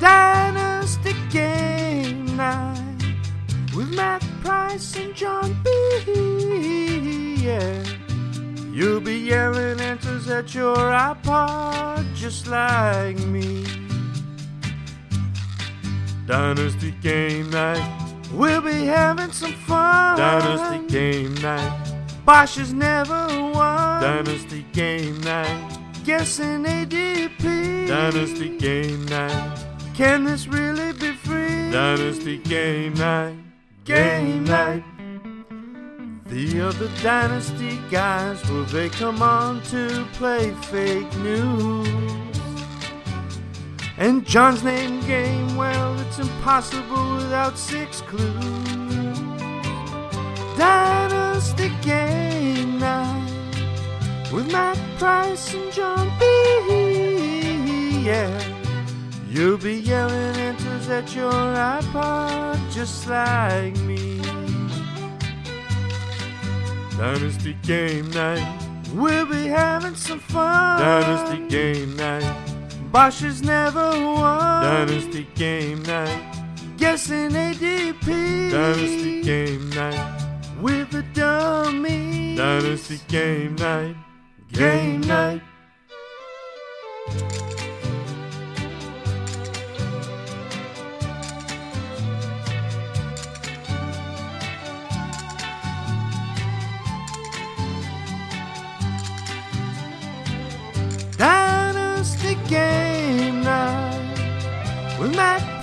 Dynasty Game Night with Matt Price and John B. Yeah. You'll be yelling answers at your iPod just like me. Dynasty game night. We'll be having some fun. Dynasty game night. Bosch has never won. Dynasty game night. Guessing ADP. Dynasty game night. Can this really be free? Dynasty game night. Game night. The other Dynasty guys, will they come on to play fake news? And John's name game, well, it's impossible without six clues. Dynasty Game Night with Matt Price and John B. Yeah, you'll be yelling answers at your iPod just like me. Dynasty Game Night, we'll be having some fun. Dynasty Game Night. Bosch has never won. Dynasty game night. Guessing ADP. Dynasty game night. With the dummies. Dynasty game night. Game night. Dynasty Game Night with Matt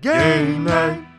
Game, night.